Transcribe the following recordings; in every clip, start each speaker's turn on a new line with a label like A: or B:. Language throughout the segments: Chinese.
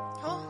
A: 好，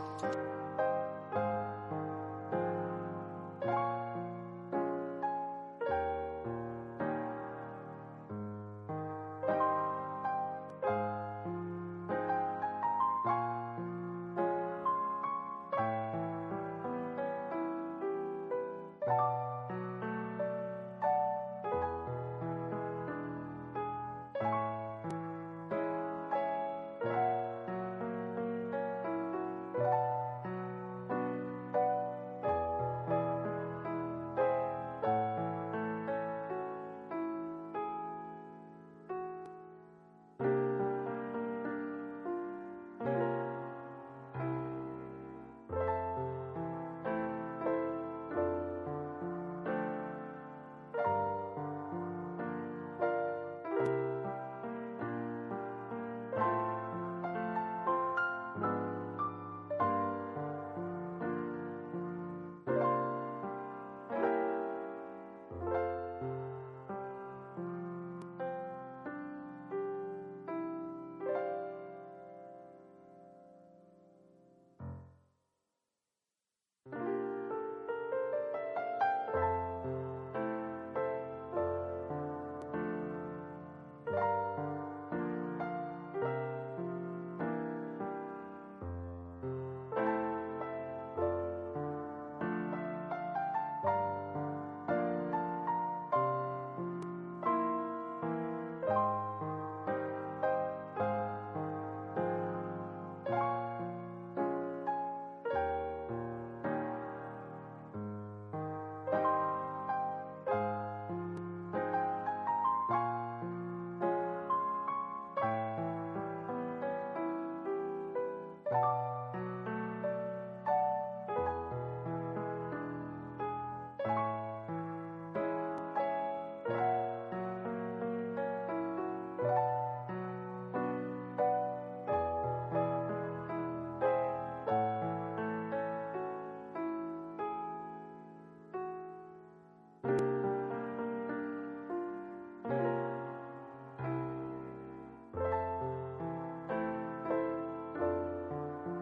B: 嗯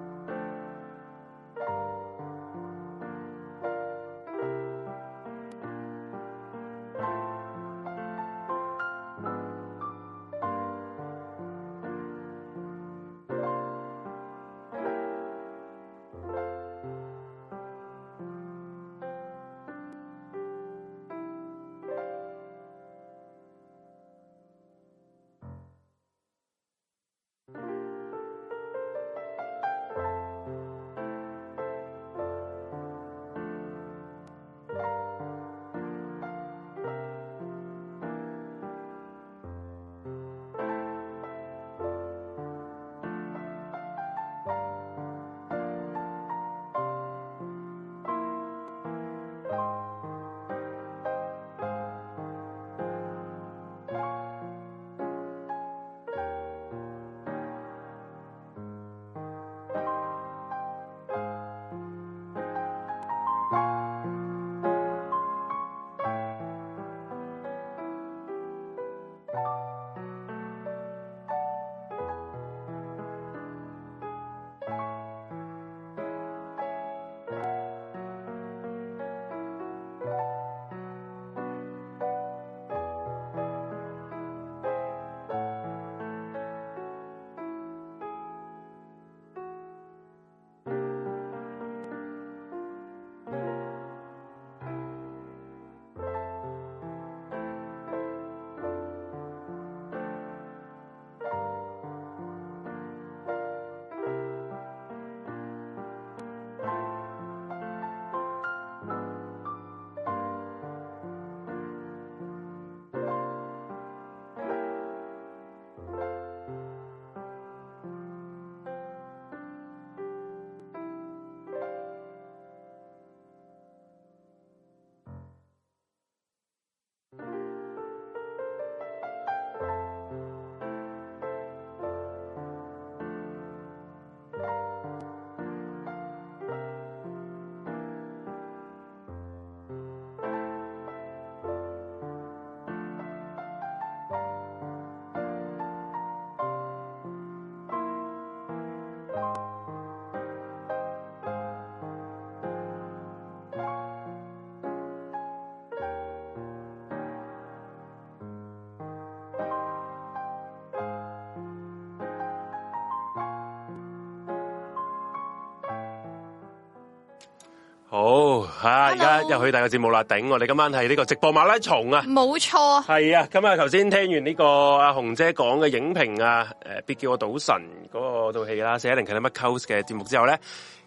A: 好吓，而家又去第二個節目啦，頂！我哋今晚係呢個直播馬拉松啊，
B: 冇錯，
A: 係啊，咁啊頭先聽完呢個阿紅姐講嘅影評啊，誒，別叫我賭神嗰個套戲啦，四一零 Killer Close 嘅節目之後咧，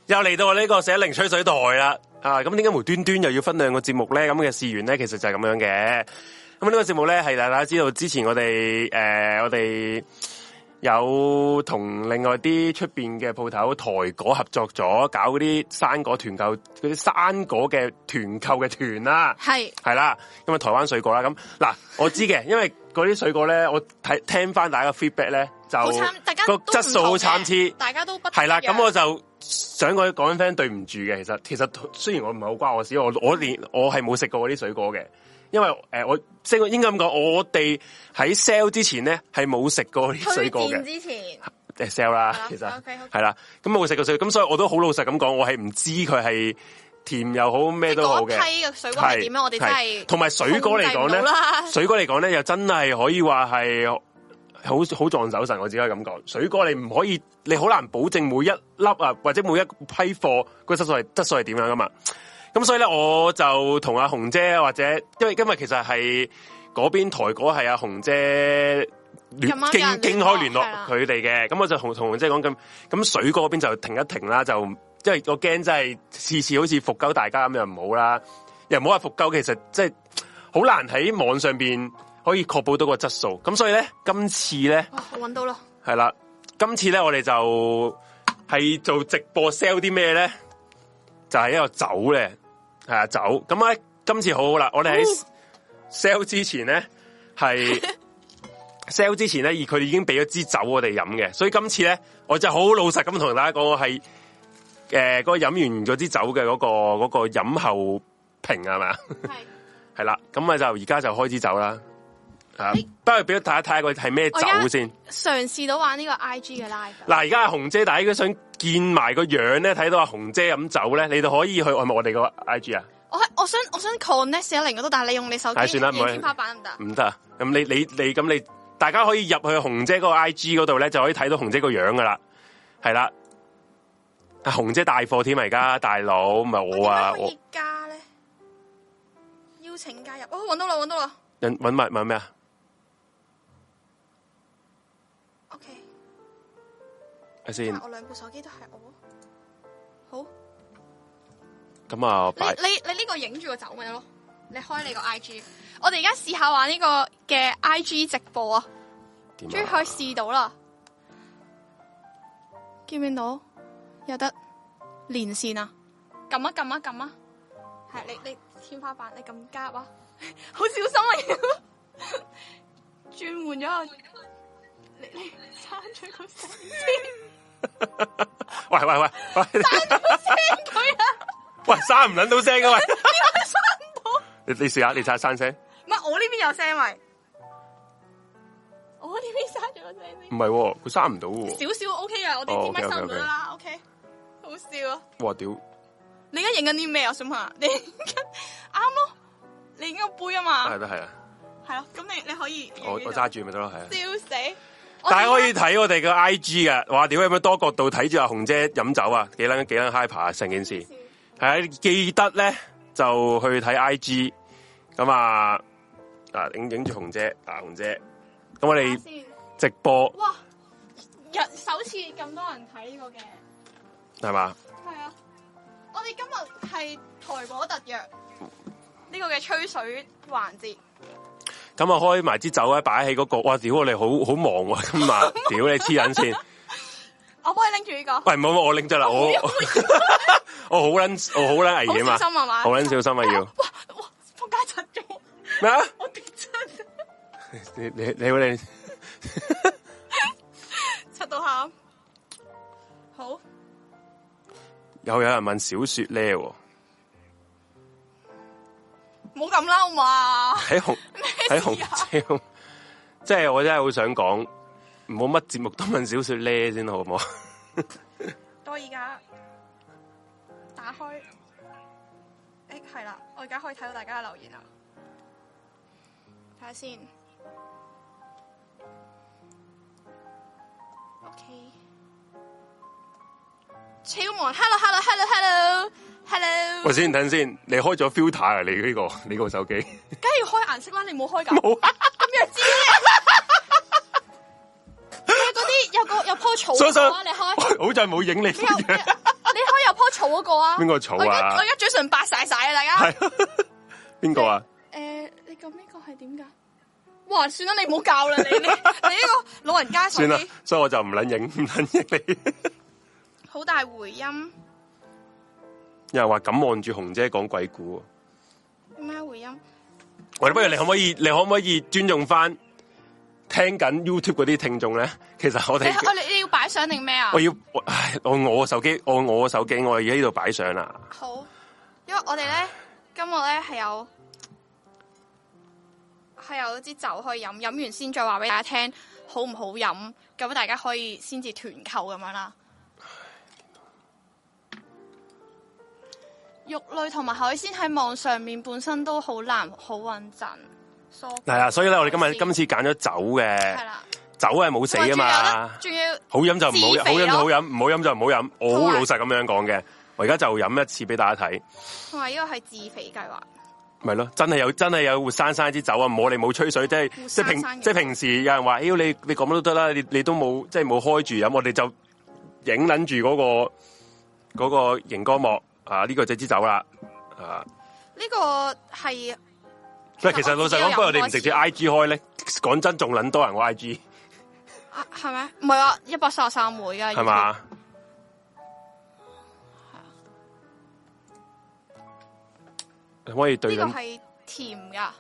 A: 又嚟到我呢個四一零吹水台啦，啊，咁點解無端端又要分兩個節目咧？咁嘅事源咧，其實就係咁樣嘅。咁呢個節目咧係大家知道之前我哋誒、呃、我哋。有同另外啲出邊嘅鋪頭台果合作咗，搞嗰啲生果團購，嗰啲生果嘅團購嘅團啦，
B: 係
A: 係啦，咁啊台灣水果啦，咁嗱我知嘅，因為嗰啲水果咧，我睇聽翻大家嘅 feedback 咧，就
B: 好慘，大家
A: 個
B: 都唔
A: 質素好參
B: 同嘅
A: 差，
B: 大家都不
A: 係啦，
B: 一樣
A: 咁我就想我講聲對唔住嘅，其實其實雖然我唔係好關我事，我我連我係冇食過嗰啲水果嘅，因為誒、呃我即係應該咁講，我哋喺 sell 之前咧係冇食過啲水
B: 推
A: 果嘅
B: 薦。之前
A: 誒 sell 啦
B: 係啦，
A: 其實
B: OK，OK
A: 係啦，咁冇食過水，咁所以我都好老實咁講，我係唔知佢係甜又好咩
B: 即係
A: 都好
B: 嗰
A: 嘅。
B: 批嘅水果係點樣，我哋真係
A: 同埋水果嚟講
B: 控制唔到啦
A: 咧，水果嚟講咧又真係可以話係好好撞手神，我只可以咁講。水果你唔可以，你好難保證每一粒啊或者每一批貨個質素係質素係點樣噶嘛。咁所以咧，我就同阿紅姐或者，因為今日其實係嗰邊台果係阿紅姐聯
B: 咁啱有
A: 經
B: 人
A: 經
B: 聯
A: 開
B: 絡
A: 聯絡
B: 係啦
A: 佢哋嘅，咁我就同同紅姐講咁，咁水果嗰邊就停一停啦，就因為我驚真係次次好似復鳩大家咁又唔好啦，又唔好話復鳩，其實即係好難喺網上邊可以確保到個質素，咁所以咧今次咧。
B: 哇我揾到咯，
A: 係啦，今次咧我哋就係做直播 sell 啲咩咧？就係、一個酒咧，係啊酒。咁咧今次好好啦，我哋
B: 嗯
A: 喺 sell 之前咧係 sell 之前咧，而佢已經俾咗支酒我哋飲嘅，所以今次咧我就好老實咁同大家講，我係誒嗰個飲完嗰支酒嘅嗰、個嗰、個飲後評係嘛？
B: 係
A: 係啦，咁啊就而家就開支酒啦。啊，
B: 咦
A: 不如俾大家睇下佢係咩
B: 哎我而家
A: 酒先。
B: 嘗試到玩呢個 I G 嘅 live，啊
A: 嗱，而家阿紅姐，大家想見埋個樣咧，睇到阿紅姐飲酒咧，你就可以去係咪我哋個 I G 啊？
B: 我係我想我想 connect 四一零嗰度，但係你用你手機
A: 唉算啦唔好
B: 用天花板得唔得？
A: 唔得啊！咁你你你咁你，大家可以入去紅姐嗰個 I G 嗰度咧，就可以睇到紅姐個樣噶啦，係啦。阿紅姐大貨添啊！而家大佬唔係我啊，
B: 點樣
A: 我
B: 可以加咧？邀請加入，哦，揾到啦，揾到啦
A: 搵搵埋搵咩啊？
B: ，OK，
A: 睇
B: 因
A: 先
B: 為我兩部手機都係我。好，
A: 咁啊，
B: 你
A: 擺
B: 你你呢個影住個走咪得咯？你開你個 IG，我哋而家試下玩呢個嘅 IG 直播啊！終
A: 點
B: 於
A: 啊
B: 可以試到啦，見唔見到？有得連線啊！撳啊撳啊撳啊！係你你天花板，你撳加啊！ 好小心啊！要轉換咗個，你你刪咗個聲先，
A: 喂喂喂喂
B: 聽佢啊！
A: 喂，閂唔捻到聲啊嘅喂！
B: 點解刪唔到？
A: 你你試下，你試下閂聲。
B: 唔係我呢邊有聲咪，我呢邊刪咗個聲
A: 唔係喎，佢閂唔到嘅喎。
B: 先，少少 OK 啊！我哋
A: 哦
B: 點解刪唔到
A: OK，OK，OK
B: 啦？OK，好笑啊！
A: 哇屌！
B: 你而家影緊啲咩啊？我 想問下，你影緊啱咯，你影緊個杯啊嘛，
A: 係啦係啦，
B: 係咯，咁你你可以
A: 我我揸住咪得咯，係啊。
B: 笑死，
A: 大家可
B: 我
A: 以
B: 點解
A: 睇我哋嘅 I G 啊！哇，屌有咩多角度睇住阿紅姐飲酒啊？幾撚幾撚 hyper 啊！成件事係啊！記得咧就去睇 I G 咁啊！啊影影住紅姐，啊紅姐，咁我
B: 睇
A: 哋
B: 下先
A: 直播
B: 哇，日首次咁多人睇呢個嘅，
A: 係嘛？
B: 係啊，我哋今日係台果特約呢個嘅吹水環節，
A: 咁啊開埋支酒咧，擺喺嗰個哇！屌我哋好好忙喎， 今晚屌你黐撚線！
B: 我幫你拎住呢個，
A: 喂，唔好唔好我拎咗啦，我 我好撚我好撚危險
B: 好
A: 啊！
B: 小心啊嘛
A: 好撚小心啊要
B: 哇哇，仆街窒咗，
A: 咩啊？
B: 我跌親，
A: 你你你你
B: 窒到喊，好。
A: 有有人問小雪咧喎？
B: 唔好咁啦，好嘛？
A: 喺紅喺紅椒，即係我真係好想講，唔好乜節目都問小說咧先好 唔好？
B: 我而家打開，誒係啦，我而家可以睇到大家嘅留言啦。睇下先。OK。超忙，hello hello hello hello Hello，
A: 喂，先等先，你開咗 filter 啊？你呢、個你個手機
B: 梗係要開顏色啦， 你冇開㗎。
A: 冇啊？
B: 咁弱智。你嗰啲有個有棵草
A: 相
B: 嗰
A: 信
B: 個啊，你開。
A: 好在冇影你
B: 你有你
A: 樣
B: 開有棵草嗰個啊？
A: 邊個草啊
B: 我而家我而家嘴唇白晒晒啊！大家。
A: 係 邊個啊？
B: 诶、你咁呢個係點㗎？哇，算啦，你唔好教啦， 你你你呢個老人家手
A: 算啦
B: 機，
A: 所以我就唔撚影 唔撚影你。
B: 好大回音，
A: 有人話咁望住紅姐講鬼故，
B: 咩回音？
A: 喂，不如你可唔可以你可唔可以尊重翻聽緊 YouTube 嗰啲聽眾咧？其實我
B: 你
A: 哋
B: 我你你要擺相定咩啊
A: 我？要我唉，我我個手機我我個手機我而家呢度擺相啦。
B: 好，因為我哋咧今日咧係有係有支酒可以飲，飲完先再話俾大家聽好唔好飲，咁大家可以先至團購咁樣啦。肉類同埋海鮮喺網上面本身都好難好穩陣，疏
A: 系啊，所以咧，我哋今日
B: 先
A: 今次揀咗酒嘅
B: 係，啦，
A: 酒係冇死啊嘛，
B: 仲有呢
A: 好飲就唔好
B: 自
A: 飲，好
B: 肥
A: 飲
B: 咯啊
A: 就好飲，唔好飲就唔好飲。我
B: 同
A: 好
B: 埋
A: 老實咁樣講嘅，我而家就飲一次俾大家睇，
B: 仲有同埋呢個係自肥計劃，
A: 咪咯，真係有真係有活生生支酒啊！冇你冇吹水，即係
B: 活
A: 即係
B: 生生
A: 平
B: 嘅
A: 即係平時有人話，妖你你講乜都得啦，你你都冇即係冇開住飲，我哋就影撚住嗰個嗰個熒光幕啊！呢個就支酒啦啊！
B: 呢個係
A: 喂，其實老實講，不如我哋唔直接 I G 開咧，講真仲撚多人我 I G
B: 啊係咪？唔係啊，一百三十三會㗎，
A: 係嘛？可唔可以對
B: 呢個
A: 緊
B: 係甜噶。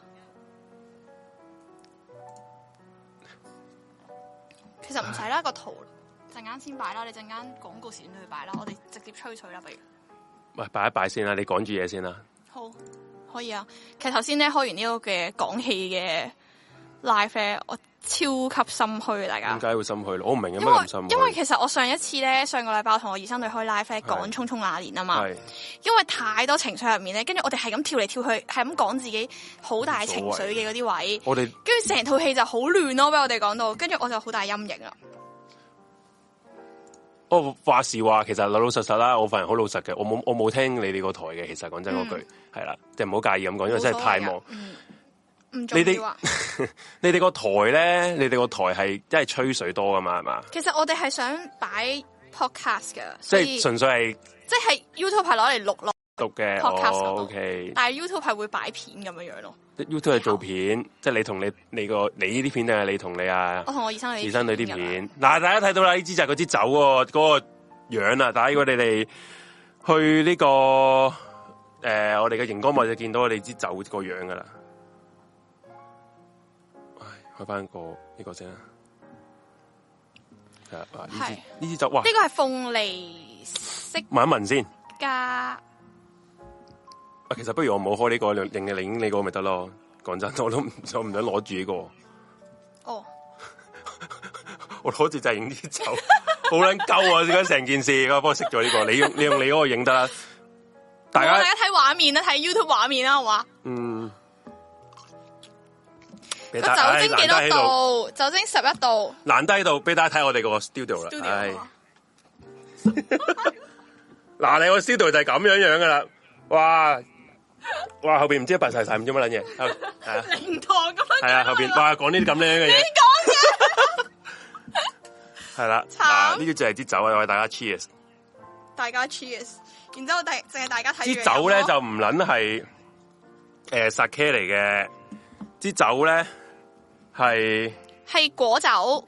B: 其實唔使啦，個圖陣間先擺啦，你陣間廣告時段去擺啦，我哋直接吹水啦，不如。
A: 喂，擺一擺先啦，你講住嘢先啦。
B: 好，可以啊。其實頭先咧開完呢個嘅講戲嘅 live 咧，我超級心虛啊，大
A: 點
B: 家。
A: 解會心虛咯？我唔明有咩
B: 因為
A: 咁心虛。
B: 因為其實我上一次咧，上個禮拜我同我姨甥女開 live 咧講
A: 係
B: 《匆匆那年》啊嘛，
A: 係
B: 因為太多情緒入面咧，跟住我哋係咁跳嚟跳去，係咁講自己好大情緒嘅嗰啲位。
A: 我哋
B: 跟住成套戲就好亂咯，俾我哋講到，跟住我就好大陰影啊啦。
A: 我話時話，其實老老實實啦，我份人好老實嘅，我冇我冇聽你哋個台嘅。其實講真嗰句係啦，即係唔好介意咁講，因為真係太忙
B: 嗯冇所謂㗎。嗯，唔
A: 你
B: 重要
A: 哋
B: 啊。
A: 你哋個台咧，你哋個台係真係吹水多噶嘛，係嘛？
B: 其實我哋係想擺 podcast 嘅，
A: 即
B: 所以
A: 係純粹係
B: 即係 YouTube 係攞嚟錄咯，
A: 讀嘅。
B: Podcast 啊嗰
A: 哦
B: 度
A: ，OK。
B: 但係 YouTube 係會擺片咁樣樣咯。
A: YouTube 係做片，即係你同你你個你呢啲片定係你同你啊
B: 我同我醫生女，
A: 二生女啲
B: 咁樣
A: 片。嗱，大家睇到啦，呢支就係嗰支酒喎，嗰、個樣啊！大家如果你哋去呢、個诶、呃我哋嘅熒光幕就見到我哋支酒個樣噶啦。唉，開翻個呢個先啦。係啊哇呢支
B: 係
A: 呢支酒，哇
B: 呢！個係鳳梨釋
A: 聞一聞先。
B: 迦，
A: 啊，其實不如我唔好開呢、個，令你拎你個咪得咯。講真，我都唔我唔想攞住呢個，
B: 哦，
A: 我攞住就係影呢支酒， 好撚鳩啊！而家成件事，我幫我熄咗呢個，你 用你用你嗰個影得啦。大
B: 好啊
A: 家
B: 大家睇畫面啦，睇 YouTube 畫面啦，好嘛？
A: 嗯，
B: 個
A: 俾大家
B: 酒精幾
A: 唉難得喺度？
B: 多度？酒精十一度。
A: 難低度，俾大家睇我哋個 studio 啦。唉
B: Studio 啊
A: 嗱，你個 studio 就係咁樣樣噶啦。哇哇，後邊唔知白晒晒，唔知乜撚嘢。係啊
B: 靈堂咁樣
A: 係啊，後 邊哇講呢啲咁樣嘅嘢。係啦，
B: 慘
A: 嗱呢啲就係支酒啊，喂大家 cheers。
B: 大家 cheers，然之後大淨係大家睇
A: 支
B: 住
A: 酒咧
B: 飲咯
A: 就唔撚係誒 sake 嚟嘅，支酒咧係
B: 係果酒。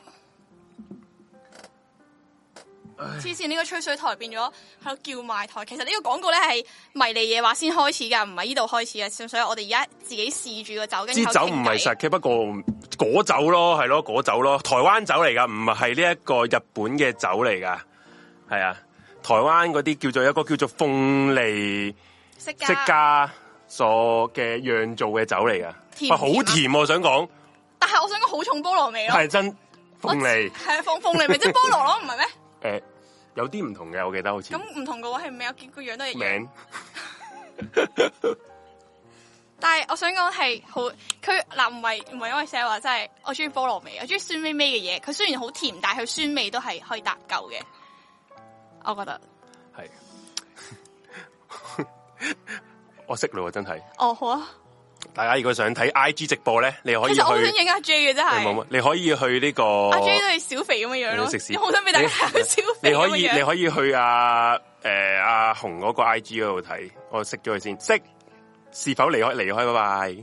B: 黐線呢個吹水台變咗喺度叫賣台，其實呢個廣告咧係迷你嘢話先開始㗎，唔係呢度開始嘅，純粹我哋而家自己試住個酒，跟住
A: 支
B: 喺度
A: 酒
B: 傾
A: 唔係
B: 偈
A: sake，不過果酒咯，係咯果酒咯，台灣酒嚟噶，唔係呢一個日本嘅酒嚟噶，係啊，台灣嗰啲叫做一個叫做鳳梨
B: 識
A: 釋
B: 㗎，
A: 迦所嘅釀造嘅酒嚟噶，
B: 甜
A: 哇
B: 唔
A: 好
B: 甜啊
A: 甜喎、我想講
B: 但係我想講好重菠蘿味咯，
A: 係真鳳梨，
B: 係啊放鳳梨咪即係菠蘿咯，唔係咩？
A: 誒、有啲唔同嘅，我記得好似
B: 咁唔同嘅話係咩？我見個樣都一樣。
A: 名。
B: 但係我想講係好，佢嗱唔係唔係因為 sell 話，真係我中意菠蘿味，我中意酸味味嘅嘢。佢雖然好甜，但係佢酸味都係可以搭救嘅，我覺得。
A: 係， 我識你真係。
B: 哦，好啊。
A: 大家如果想睇 I G 直播咧，你可以
B: 其實我好想
A: 去，
B: 影阿 J 嘅真
A: 你冇
B: 係
A: 乜，，你可以去呢個
B: 阿 J 都係小肥咁樣樣
A: 你食屎
B: 咯，好想俾大家睇 小
A: 你
B: 肥
A: 可
B: 咁
A: 以
B: 樣
A: 你
B: 樣。
A: 可以去阿誒阿紅嗰個 I G 嗰度睇，我熄咗佢先，熄是否離開離開，拜拜。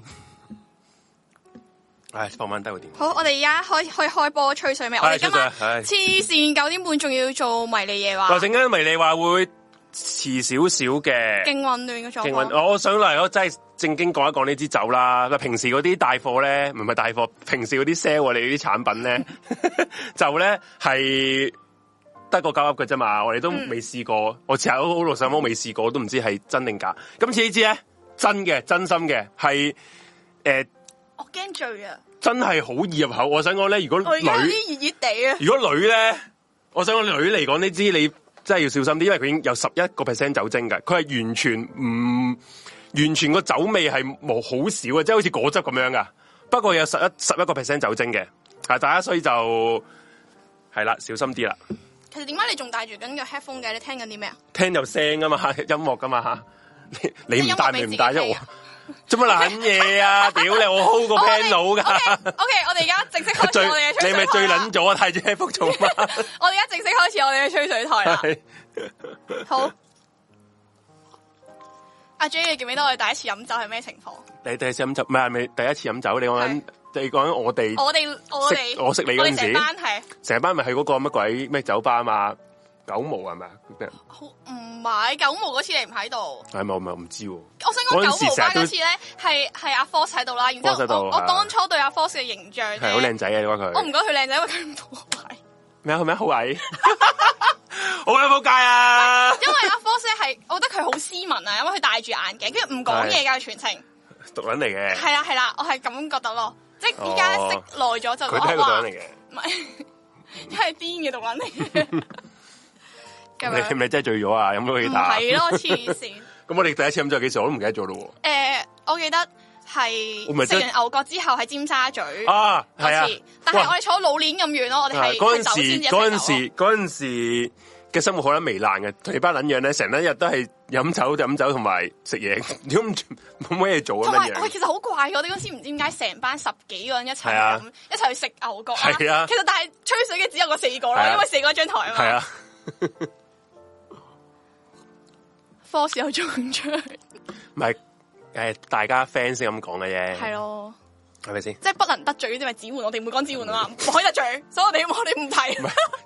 A: 唉，放翻低個電話。
B: 好，我哋而家開開開波吹水咩？我
A: 唉
B: 哋今
A: 出咗啦唉
B: 日黐線九點半仲要做迷你夜話，
A: 就陣間迷你話會遲少少嘅，
B: 勁混亂嘅狀
A: 勁哦運。
B: 況。
A: 我我想嚟，我真係正經講一講呢支酒啦。嗱，平時嗰啲大貨咧，唔係大貨，平時嗰啲 sell 我哋呢啲產 品咧，就咧係得個交噏嘅啫嘛。我哋都
B: 嗯
A: 未試過，我成日好好老實講，我未試過，我都唔知係真定假。今次呢支咧，真嘅，真心嘅，係誒、
B: 我驚醉啊！
A: 真係好易入口。我想講咧，如果
B: 哦我而家有
A: 女
B: 啲熱熱地啊！
A: 如果女咧，我想講女嚟講呢支你真係要小心啲，因為佢已經有十一個 percent 酒精嘅，佢係完全唔完全個酒味係冇好少嘅，即係好似果汁咁樣噶。不過有十一十一個 percent 酒精嘅，啊大家所以就係啦，小心啲啦。
B: 其實點解你仲戴住緊個 headphone 嘅？你聽緊啲咩啊？
A: 聽有聲啊嘛， 音樂噶嘛吓，你你唔帶咪唔帶啫，
B: 音樂俾自
A: 我 做
B: 己聽啊
A: 乜撚嘢啊？屌你，我 hold 個 panel
B: 哦我哋
A: 噶，
B: OK，OK，我哋而家正式開 始
A: 最
B: 我哋嘅吹水台
A: 你咪最
B: 啦
A: 撚咗啊！太住 h e a d 做乜？
B: 我哋而家正式開始我哋嘅吹水台啦。
A: 係
B: 好，阿 J，你記唔記得我哋第一次飲酒係咩情 況？
A: 你第一次飲酒，唔係咪第一次飲酒？你講緊
B: 係，
A: 你講緊我哋
B: 我哋我哋
A: 識我識你嗰
B: 我
A: 陣
B: 哋
A: 時
B: 成班係
A: 成班咪去嗰個乜鬼咩酒吧嘛？九毛係咪啊？
B: 好唔係九毛嗰次你唔喺度。
A: 係咪？我咪唔知喎。
B: 我想
A: 嗰
B: 講
A: 陣時
B: 九毛班
A: 成日都
B: 嗰次咧，係係阿 Force 喺度啦，然之
A: Force 喺
B: 後
A: 度
B: 我我
A: 係
B: 當初對阿 Force 嘅形象
A: 係好
B: 咧，
A: 靚仔嘅，你講
B: 我
A: 佢
B: 唔覺得佢靚仔，因為佢唔到位。
A: 咩啊？佢咩好 矮？好啦，仆街啊！
B: 因為阿 Force 咧係，我覺得佢好斯文啊，因為佢戴住眼鏡，跟住唔講嘢㗎全程。
A: 毒撚嚟嘅，
B: 係啦係啦，我係咁覺得咯，即係依家
A: 哦
B: 識耐咗就
A: 佢
B: 覺
A: 都係
B: 得
A: 個毒
B: 哇
A: 撚，嚟嘅。
B: 唔係， 一係癲嘅獨撚嚟 嘅，咁
A: 你係
B: 樣
A: 咪真係醉咗啊？飲咗
B: 唔
A: 幾打？
B: 係咯，黐線。
A: 咁我哋第一次飲酒幾時我都唔記得咗咯
B: 誒，我記得
A: 我咪
B: 係
A: 真
B: 食完牛角之後喺尖沙咀
A: 喎。啊，係啊
B: 嗰次，，但係
A: 哇
B: 我哋坐老年咁遠咯，我哋
A: 啊
B: 係
A: 嗰
B: 去走
A: 陣
B: 先
A: 時，
B: 至
A: 嗰
B: 一齊
A: 陣
B: 走咯
A: 時，嗰陣時嘅生活好撚糜爛嘅，同你班撚樣咧，成一日都係飲酒就飲酒同埋食嘢， 如果唔冇乜嘢做
B: 同
A: 咁
B: 埋
A: 樣
B: 我
A: 樣。
B: 其實好怪嘅，我哋嗰陣時唔知點解成班十幾個人一齊
A: 係啊
B: 咁，一齊去食牛角啦。
A: 係啊
B: 其實但係吹水嘅只有嗰四個
A: 係啊
B: 啦，因為四個一張台啊
A: 係
B: 嘛。
A: 啊，
B: 科士有中槍，
A: 唔係誒，大家 friend 先咁講嘅啫，
B: 係咯，
A: 係咪先
B: 即係不能得罪呢啲咪指換，我哋唔會講指換啊嘛，唔可以得罪，所以我哋我哋唔提，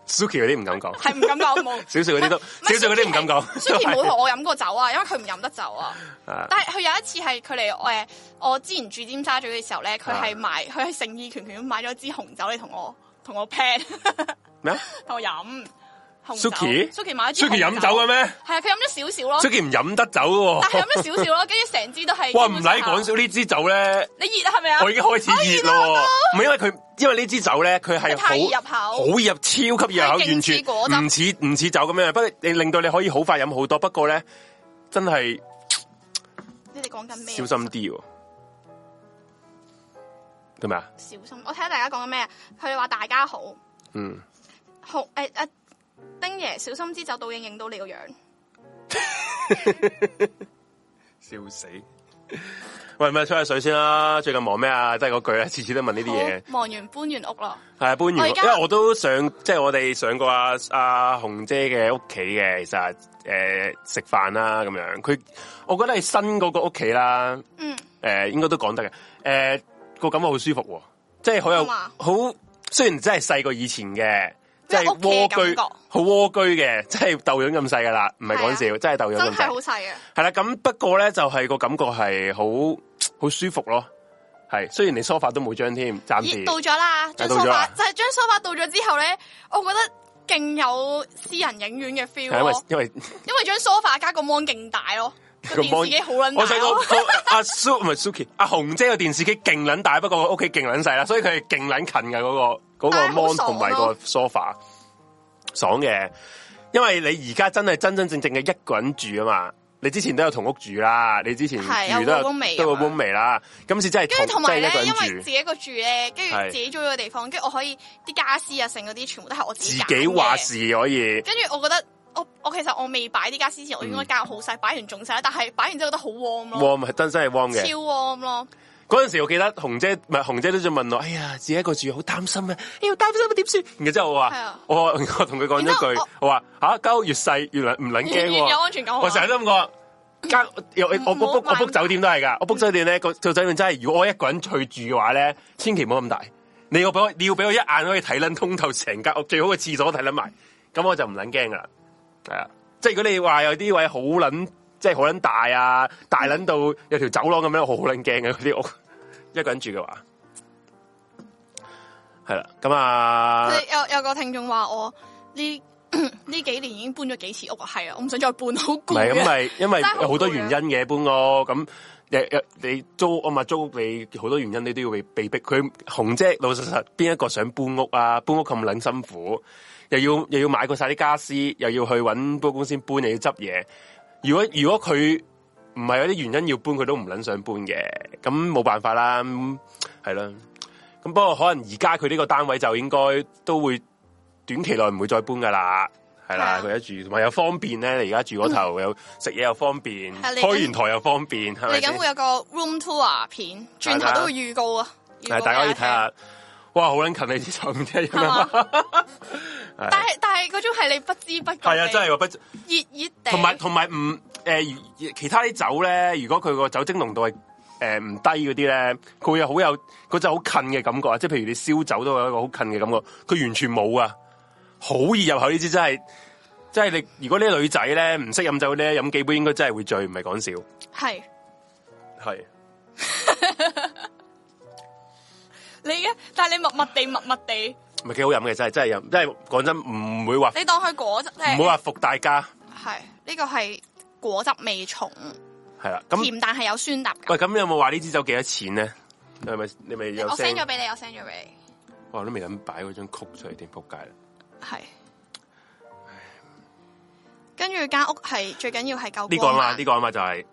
A: ？Suki 嗰啲唔敢講，
B: 係唔敢講冇。
A: 少少嗰啲都，
B: 唔係
A: 少少嗰啲唔敢講。
B: Suki 冇同我飲過酒啊，因為佢唔飲得酒啊。
A: 啊
B: 但係佢有一次係佢嚟誒，我之前住尖沙咀嘅時候咧，佢
A: 啊
B: 係買佢係誠意拳拳咁買咗支紅酒嚟同我同我 pat 同
A: 咩啊
B: 我飲紅酒。
A: Suki？
B: Suki 買咗支
A: ？Suki 飲酒嘅
B: 咩？
A: 咩
B: 係啊，佢飲咗少少咯，
A: ？Suki 唔飲得酒
B: 但
A: 喎。
B: 係飲咗少少咯，跟住成支都係。
A: 哇，唔使講笑，呢支酒咧，
B: 你熱啊係咪啊
A: 我？已經開始熱咯喎。唔係因為佢，因為呢支酒咧，佢係
B: 太易入
A: 好。好
B: 口，
A: 入，超級入口，
B: 係勁
A: 完全
B: 似果汁
A: 唔似唔似酒咁樣。不過你令到你可以好快飲好多，不過咧真係
B: 你哋講緊咩？啊
A: 小心啲喎。做咩啊？
B: 小心！我睇下大家講緊咩啊？佢哋話大家好，
A: 嗯，
B: 好誒誒，丁爺小心支酒倒影影到你個樣。
A: 笑死！喂，咪吹下水先啦。最近忙咩啊？真係嗰句啊，次次都問呢啲嘢。
B: 好忙完搬完屋咯，
A: 係啊，搬完
B: 我
A: 屋，
B: 而
A: 因
B: 家
A: 為我都上，即係我哋上過阿阿紅姐嘅屋企嘅，其實誒食飯啦咁樣。佢我覺得係新嗰個屋企啦，
B: 嗯，
A: 誒、應該都講得嘅。誒、個感覺好舒服喎、即係好有
B: 係嘛
A: 好，雖然真係細過以前嘅，即係
B: 屋企嘅
A: 蝸居，
B: 感覺
A: 好蝸居嘅，即係豆樣咁細噶啦，唔係講
B: 係啊
A: 笑，真係豆樣
B: 真
A: 咁
B: 係好
A: 細。
B: 細啊！
A: 係啦，咁不過咧就係、個感覺係好好舒服咯。係，雖然你梳化都冇張添，暫時
B: 咦，到咗啦，
A: 係
B: 張
A: 到
B: 梳
A: 咗
B: 化
A: 啦
B: 就係張梳化到咗之後咧，我覺得勁有私人影院嘅 feel
A: 係因為
B: 咯，
A: 因為。
B: 因為張梳化加個 mon 勁大咯，個
A: 個
B: 電
A: mon-
B: 視機好撚
A: 我
B: 大
A: 想
B: 咯，
A: 講個阿 Su 唔係 Suki，阿紅姐個電視機勁撚大，不過我屋企勁撚細啦，所以佢係勁撚近嘅嗰、個嗰、
B: 但係
A: 個
B: 好
A: mon
B: 爽
A: 同埋個
B: 咯
A: sofa，爽嘅。因為你而家真係真真正正嘅一個人住啊嘛，你之前都有同屋住啦，你之前
B: 係
A: 住都
B: 有個 roommate
A: 都有
B: 啊嘛
A: roommate 啦，今次真係
B: 跟住同埋
A: 真
B: 咧
A: 係，一
B: 因
A: 個
B: 為
A: 人
B: 自
A: 住，
B: 己一個住咧，跟住
A: 係
B: 自己租咗個地方，跟住我可以啲家私啊，剩嗰啲全部都係我自
A: 自
B: 己揀
A: 己話
B: 嘅。
A: 事可以。
B: 跟住我覺得我我其實我未擺呢家私前，我應
A: 嗯
B: 該加好細，擺完仲細，但係擺完之後覺得好 warm 咯，
A: warm 係真真係 warm
B: 超
A: 嘅。
B: warm 咯。
A: 嗰陣時我記得紅姐唔係紅姐都仲問我，哎呀，自己一個住好擔心啊，哎呀擔心啊點算？然之後我
B: 係
A: 話
B: 啊，
A: 我我同佢講
B: 然之後
A: 咗句
B: 我，
A: 我話吓間屋越細越唔撚
B: 越
A: 驚
B: 越 有
A: 喎。
B: 安全感。啊
A: 我成日都咁講。間又我 book 我 book 我 book 酒店都係㗎，我 book 酒店咧個個酒店真係，如果我一個人去住嘅話咧，千祈唔好咁大。你要俾我，你要俾我一眼可以睇撚通透成間屋，最好個廁所睇撚埋，咁我就唔撚驚噶啦。係啊，即係如果你話有啲位好撚，即係好撚大啊，大撚到有條走廊咁樣，我好撚驚嘅嗰啲屋，一個人住嘅話，係啦，咁啊
B: 即，係有有個聽眾話我呢 呢幾年已經搬咗幾次屋啊，係啊，我唔想再搬，好
A: 唔
B: 攰
A: 係咁
B: 啊。
A: 咪，因為
B: 真係好
A: 有好多
B: 攰
A: 原
B: 啊
A: 因嘅搬屋咁。有有你租啊嘛，租你好多原因，你都要被被逼。佢紅姐老實實，邊一個想搬屋啊？搬屋咁撚辛苦，又要又要買過晒啲家私，又要去揾搬屋公司搬，又要執嘢。如果如果佢唔係有啲原因要搬，佢都唔撚想搬嘅，咁冇辦法啦，嗯係啦。咁不過可能而家佢呢個單位就應該都會短期內唔會再搬噶啦，係啦，
B: 係啊
A: 佢而家住同埋又方便咧，你而家住嗰頭又食嘢又方便，
B: 係嚟緊
A: 開完台又方便，係咪
B: 嚟緊
A: 先
B: 會？有個 room tour 啊片，轉頭都會預告啊。預告
A: 係大家可以睇
B: 俾
A: 下，哇，好撚近你啲唔知一樣
B: 大家
A: 啊
B: 聽，啊係嘛？但係但係嗰種係你不知不覺
A: 係啊，真係喎不。
B: 係熱熱地，
A: 同埋同埋唔誒，如其他啲酒咧，如果佢個酒精濃度係誒唔低嗰啲咧，佢會有好有嗰陣好近嘅感覺啊！即係譬如你燒酒都有一個好近嘅感覺，佢完全冇啊，好易入口呢支真係，即係你如果啲女仔咧唔識飲酒咧，飲幾杯應該真係會醉，唔係講笑。
B: 係
A: 係
B: 你嘅，但係你默默地默默地，
A: 唔係幾好飲嘅？真係真係飲，真係講真唔會話
B: 你當佢果汁
A: 唔啊
B: 咧，
A: 會話服大家
B: 係呢個係果汁味重，
A: 係啦。咁
B: 甜但係有酸搭
A: 喂，
B: 感。
A: 咁有冇話呢支酒幾多錢咧？你係咪你咪有
B: 我 send 咗
A: 聲？
B: 俾你，我 send 咗俾你，
A: 哇！我都未敢擺嗰張曲出嚟，點仆街啦！
B: 係。跟住間屋係最緊要係夠
A: 呢個啊
B: 光
A: 嘛，
B: 猛
A: 呢個啊嘛就係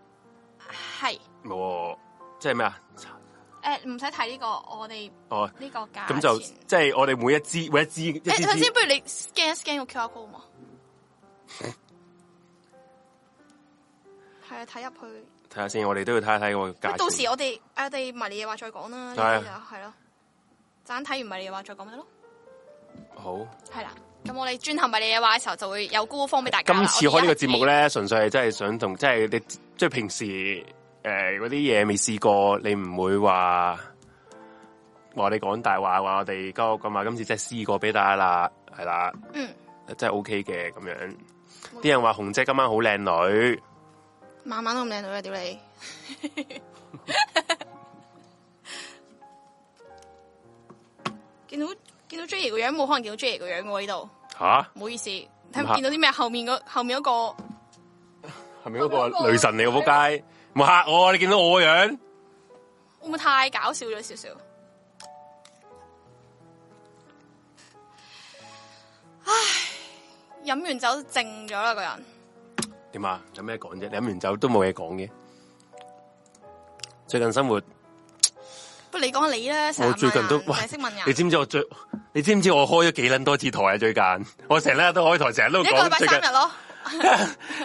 B: 係
A: 冇，即係咩啊？
B: 誒，唔使睇呢個，我哋
A: 哦，
B: 呢個價
A: 咁就
B: 錢
A: 即係我哋每一支每一支一
B: 誒，
A: 支
B: 首先
A: 支
B: 不如你 scan 一 scan 個 QR code 嘛？係啊，睇入去。
A: 睇下先，我哋都要睇一睇個價錢。
B: 喂到時我哋我哋迷你嘅話再講啦，呢
A: 係啊
B: 啲就係咯。陣間睇完迷你嘅話再講咪得咯。
A: 好，
B: 係啦，咁我哋轉頭迷你嘅話嘅時候就會有 Google 方俾大家啦。
A: 今次開呢個節目
B: 我哋而家
A: 咧，純粹係真係想同即係你即係平時誒嗰啲嘢未試過，你唔會話話你講大話，話我哋鳩咁啊！今次真係試過俾大家啦，係啦，
B: 自己，嗯，
A: 真係 OK 嘅咁樣。
B: 冇
A: 啲人話紅姐今晚好靚女，
B: 晚晚都咁靚女啊，屌 你！見到見到 J 爺個樣，冇可能見到 J 爺個樣喎呢度，
A: 吓、
B: 唔好意思，
A: 唔
B: 睇
A: 係
B: 見到啲咩後面嗰後面嗰個。
A: 係咪嗰個女神嚟嘅仆街？唔吓我啊，你見到我個樣？
B: 會唔會太搞笑咗少少？唉，飲完酒靜咗啦，個人
A: 點啊？有咩講啫？你飲完酒都冇嘢講嘅。最近生活，
B: 不如你講你咧，成日
A: 我最近都
B: 問人淨係識問人。
A: 你知唔知我最？你知唔知我開咗幾撚多次台啊？最近我成日都開台，成日都
B: 一個禮
A: 講
B: 拜
A: 最近
B: 三，日咯，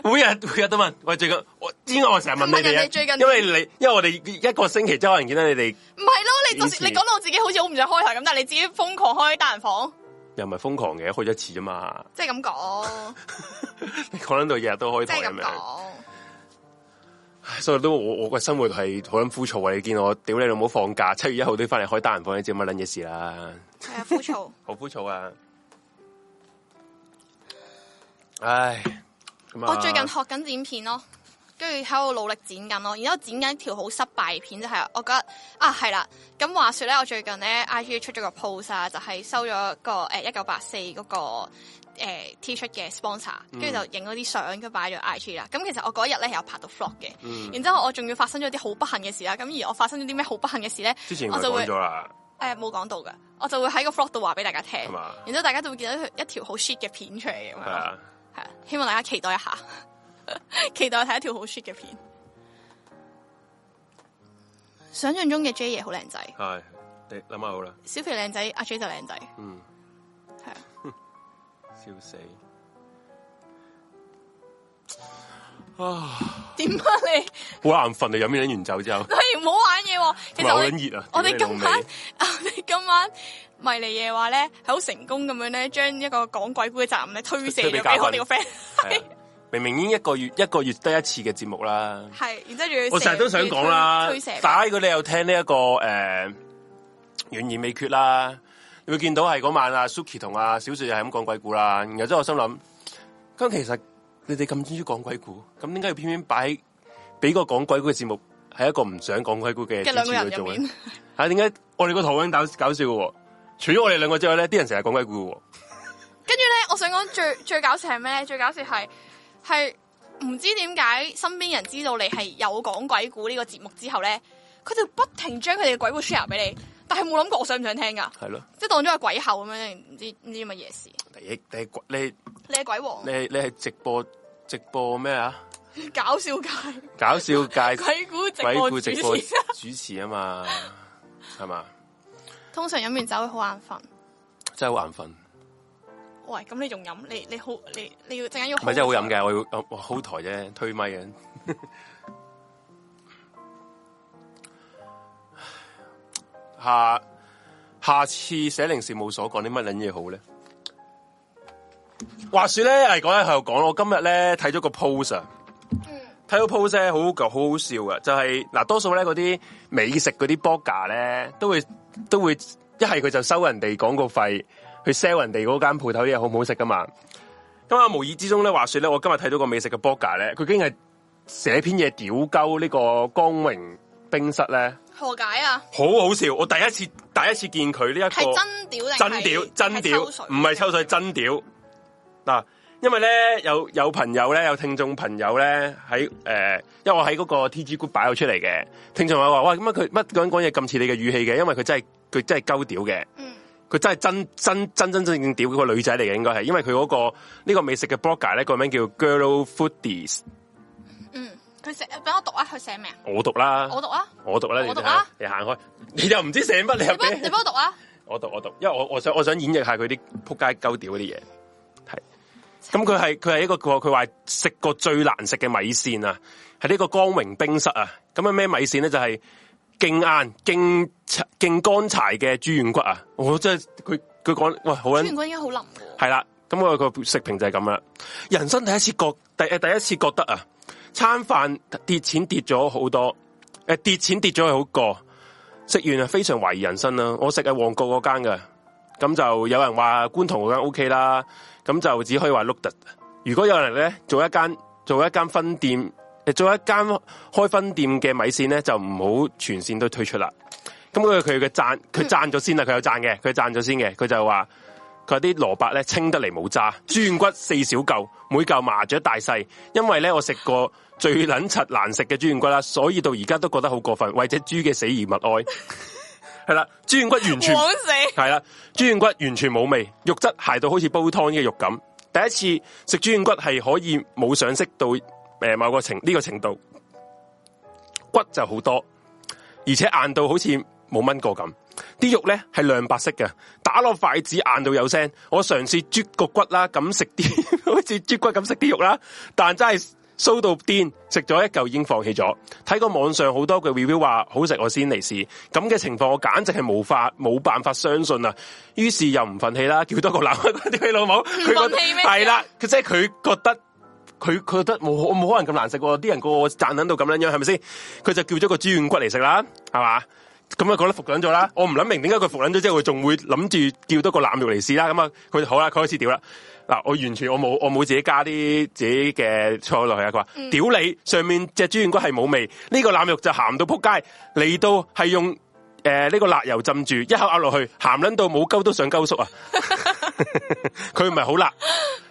A: 每日每日都問喂最近，我點解我成日問你
B: 咁問
A: 哋
B: 人哋最近
A: 啊？因為你因為我哋一個星期之後可能見到你哋
B: 唔係咯？你到
A: 以
B: 時
A: 前
B: 你講到我自己好似好唔想開台咁，但係你自己瘋狂開單人房，
A: 又唔係瘋狂嘅，開咗一次啫嘛。
B: 即係咁講，
A: 你講撚到日日都開
B: 即係
A: 台咁
B: 咁
A: 樣。
B: 講。
A: 所以都我我個生活係好撚枯燥啊！你見我屌你老母放假， 七月一號都要翻嚟開單人房，你知乜撚嘢事啦？
B: 係啊，枯燥。
A: 好枯燥啊！唉，咁啊，
B: 我最近學緊剪片咯，跟住喺度努力剪緊咯，然之後剪緊一條好失敗嘅片，就係、我覺得啊係啦。咁話說咧，我最近咧 IG 出咗個 post 啊，就係、收咗個誒一九八四嗰個誒 T 恤嘅 sponsor，跟住就影咗啲相，跟住擺咗 IG 啦。咁其實我嗰日咧係有拍到 vlog 嘅，然之後我仲要發生咗啲好不幸嘅事啦。咁而我發生咗啲咩好不幸嘅事咧？
A: 之前
B: 我
A: 我
B: 就
A: 講
B: 會
A: 咗啦，
B: 誒哎冇講到嘅，我就會喺個 vlog 度話俾大家聽
A: 係，嘛？
B: 然之後大家就會見到一條一條好 shit 嘅片出嚟咁
A: 係
B: 樣咯。
A: 啊，
B: 係啊，希望大家期待一下， 期待睇一條好 shit 嘅片。想象中嘅 J 爺好靚仔，
A: 係你諗下好啦，
B: 小肥靚仔，阿 J 就靚仔，
A: 嗯，
B: 係啊。
A: 笑死！
B: 點啊你？
A: 好眼瞓啊！飲完完酒之後，
B: 不如唔好玩嘢喎。其
A: 同
B: 實
A: 埋好
B: 我
A: 撚
B: 哋
A: 熱啊！
B: 我哋
A: 屌你
B: 今
A: 老
B: 晚
A: 味
B: 我哋今晚迷離夜話咧，係好成功咁樣咧，將一個講鬼故嘅責任咧推卸咗
A: 推俾
B: 俾
A: 嘉賓
B: 我哋個 friend。
A: 係啊明明已經一個月一個月得一次嘅節目啦。
B: 係，然之後仲要
A: 我成日都想講啦
B: 推卸，
A: 大家如果你有聽呢、一個诶悬而未決啦，你會見到係嗰晚啊 Suki 同阿小雪係咁講鬼故啦。然後之後我心諗，咁其實你哋咁專注講鬼故，咁點解要偏偏擺喺俾個講鬼故嘅節目係一個唔想講鬼故嘅
B: 嘅兩
A: 主
B: 個
A: 持人
B: 人
A: 去
B: 入
A: 做
B: 面
A: 咧？，係點解我哋個台灣搞搞笑嘅喎？除咗我哋兩個之外咧，啲人成日講鬼故嘅喎。
B: 跟住咧，我想講最最搞笑係咩咧？最搞笑係係唔知點解身邊人知道你係有講鬼故呢個節目之後咧，佢哋不停將佢哋嘅鬼故 share 俾你，但係冇諗過我想唔想聽㗎，
A: 係咯，
B: 即係當咗係鬼后咁樣，唔知唔知乜嘢事。
A: 你你你
B: 你係鬼王
A: 你，你係直播直播咩啊？
B: 搞笑界
A: 搞笑界
B: 鬼故直
A: 鬼
B: 播
A: 故
B: 主
A: 直播
B: 持。
A: 主持啊嘛，係嘛，
B: 通常飲完酒會好眼瞓。
A: 真係好眼瞓，唔
B: 喂，咁你仲飲？你你好，你你要陣間要啊
A: 係真係好飲嘅，我要我 hold 台啫，推咪啊嘅。 下下次寫零事務所講啲乜撚嘢好咧？話說咧，係講喺後講，我今日咧睇咗個 post 啊。睇到 post 咧，好好好好笑啊嘅，就係、嗱，多數咧嗰啲美食嗰啲 blogger 咧，都會都會一係佢就收人哋廣告費去 sell 人哋嗰間鋪頭啲嘢好唔好食噶嘛。咁啊，無意之中咧，話說咧，我今日睇到個美食嘅 blogger 咧，佢竟然係寫篇嘢屌鳩呢個光榮冰室咧，
B: 何解啊？
A: 好好笑！我第一次第一次見佢呢一個
B: 係真屌定
A: 哦
B: 係
A: 真屌真屌，
B: 係抽水
A: 唔係抽水真屌。嗱，因為咧有有朋友咧有聽眾朋友咧喺誒，因為我喺嗰個 T G group 擺咗出嚟嘅，聽眾友話：喂，乜佢乜講講嘢咁似你嘅語氣嘅？因為佢真係佢真係鳩屌嘅，
B: 嗯
A: 佢真係真真真真正正屌嗰個女仔嚟嘅，應該係因為佢嗰、個呢、個美食嘅 blogger 咧個名叫 Girl Foodies，
B: 嗯，佢寫俾我讀啊，佢寫咩啊？
A: 我讀啦，
B: 我讀啊，
A: 我讀啦，你
B: 我讀
A: 行
B: 啦
A: 你行開，你又唔知寫乜，你又
B: 你幫
A: 俾
B: 你幫我讀啊。
A: 我讀我讀，因為我我想我想演繹下佢啲扑街鳩屌嗰啲嘢，係。咁佢係佢係一個佢話佢話食過最難食嘅米線啊，係呢個光榮冰室啊。咁啊咩米線咧就係勁硬勁柴勁乾柴嘅豬軟骨啊！我真係佢佢講喂好
B: 朱
A: 撚
B: 元君應該好冧喎。
A: 係啦，咁我個食評就係咁啦。人生第一次覺第誒第一次覺得啊，餐飯跌錢跌咗好多，誒、跌錢跌咗係好過。食完啊非常懷疑人生啦。我食喺旺角嗰間嘅，咁就有人話觀塘嗰間 O K 啦，咁就只可以話碌特。如果有人咧做一間做一間分店，誒做一間開分店嘅米線咧，就唔好全線都推出啦。咁佢佢嘅讚佢讚咗先啦，佢有讚嘅，佢讚咗先嘅，佢就話。佢話啲蘿蔔咧清得嚟冇渣，豬軟骨四小嚿，每嚿麻雀大細。因為咧我食過最撚柒難食嘅豬軟骨啦，所以到而家都覺得好過分，為只豬嘅死而默哀。係啦，豬軟骨完全
B: 枉死，
A: 係啦，豬軟骨完全冇味，肉質鞋到好似煲湯嘅肉咁。第一次食豬軟骨係可以冇上色到诶、呃某個程呢、個程度，骨就好多，而且硬到好似冇炆過咁。啲肉咧係亮白色嘅，打落筷子硬到有聲。我嘗試啜個骨啦，咁食啲 好似啜骨咁食啲肉啦，但真係酥到癲，食咗一嚿已經放棄咗。睇過網上好多嘅 review 話好食，我先嚟試。咁嘅情況我簡直係無法冇辦法相信啊！於是又唔憤氣啦，叫多個男屌你老母，佢覺得
B: 憤氣咩啊
A: 係啦，佢即係佢覺得。佢佢覺得冇我冇可能咁難食喎，啲人個個讚撚到咁樣樣，係咪先？佢就叫咗個豬軟骨嚟食啦，係嘛？咁啊，覺得服撚咗啦。我唔諗明點解佢服撚咗之後，佢仲會諗住叫多個腩肉嚟試啦。咁啊，佢好啦，佢開始屌啦。嗱，我完全我冇我冇自己加啲自己嘅菜落去啊。佢話：屌你，上面只豬軟骨係冇味，呢、個腩肉就鹹到撲街，嚟到係用誒呃呢個辣油浸住，一口咬落去，鹹撚到冇鳩都想鳩縮啊！佢唔係好辣，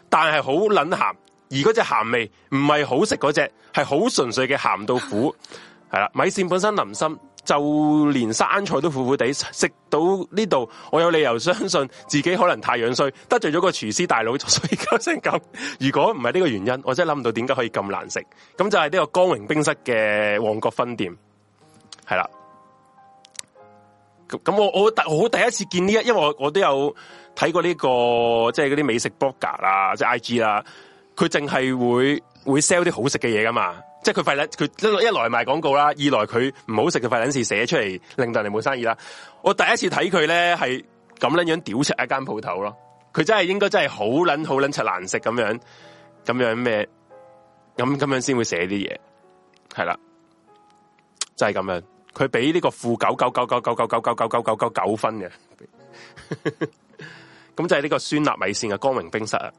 A: 但係好撚鹹，而嗰只鹹味唔係好食嗰只，係好純粹嘅鹹到苦。係啦，米線本身淋心，就連生菜都苦苦地食到呢度，我有理由相信自己可能太樣衰，得罪咗個廚師大佬，所以搞成咁。如果唔係呢個原因，我真係諗唔到點解可以咁難食。咁就係呢個光榮冰室嘅旺角分店，係啦。咁咁我我第我好第一次見呢一，因為我我都有睇過呢、個即係嗰啲美食 blogger 啦，即係啊 I G 啦。佢淨係會會 sell 啲好食嘅嘢噶嘛。即係佢費撚佢一來賣廣告啦，二來佢唔好食嘅費撚事寫出嚟，令到人哋冇生意啦。我第一次睇佢咧係咁撚樣屌柒一間鋪頭咯，佢真係應該真係好撚好撚柒難食咁樣，咁樣咩？咁咁樣先會寫啲嘢，係啦，就係咁樣。佢俾呢個負九九九九九九九九九九九九九分嘅，咁就係呢個酸辣米線嘅光榮冰室啊！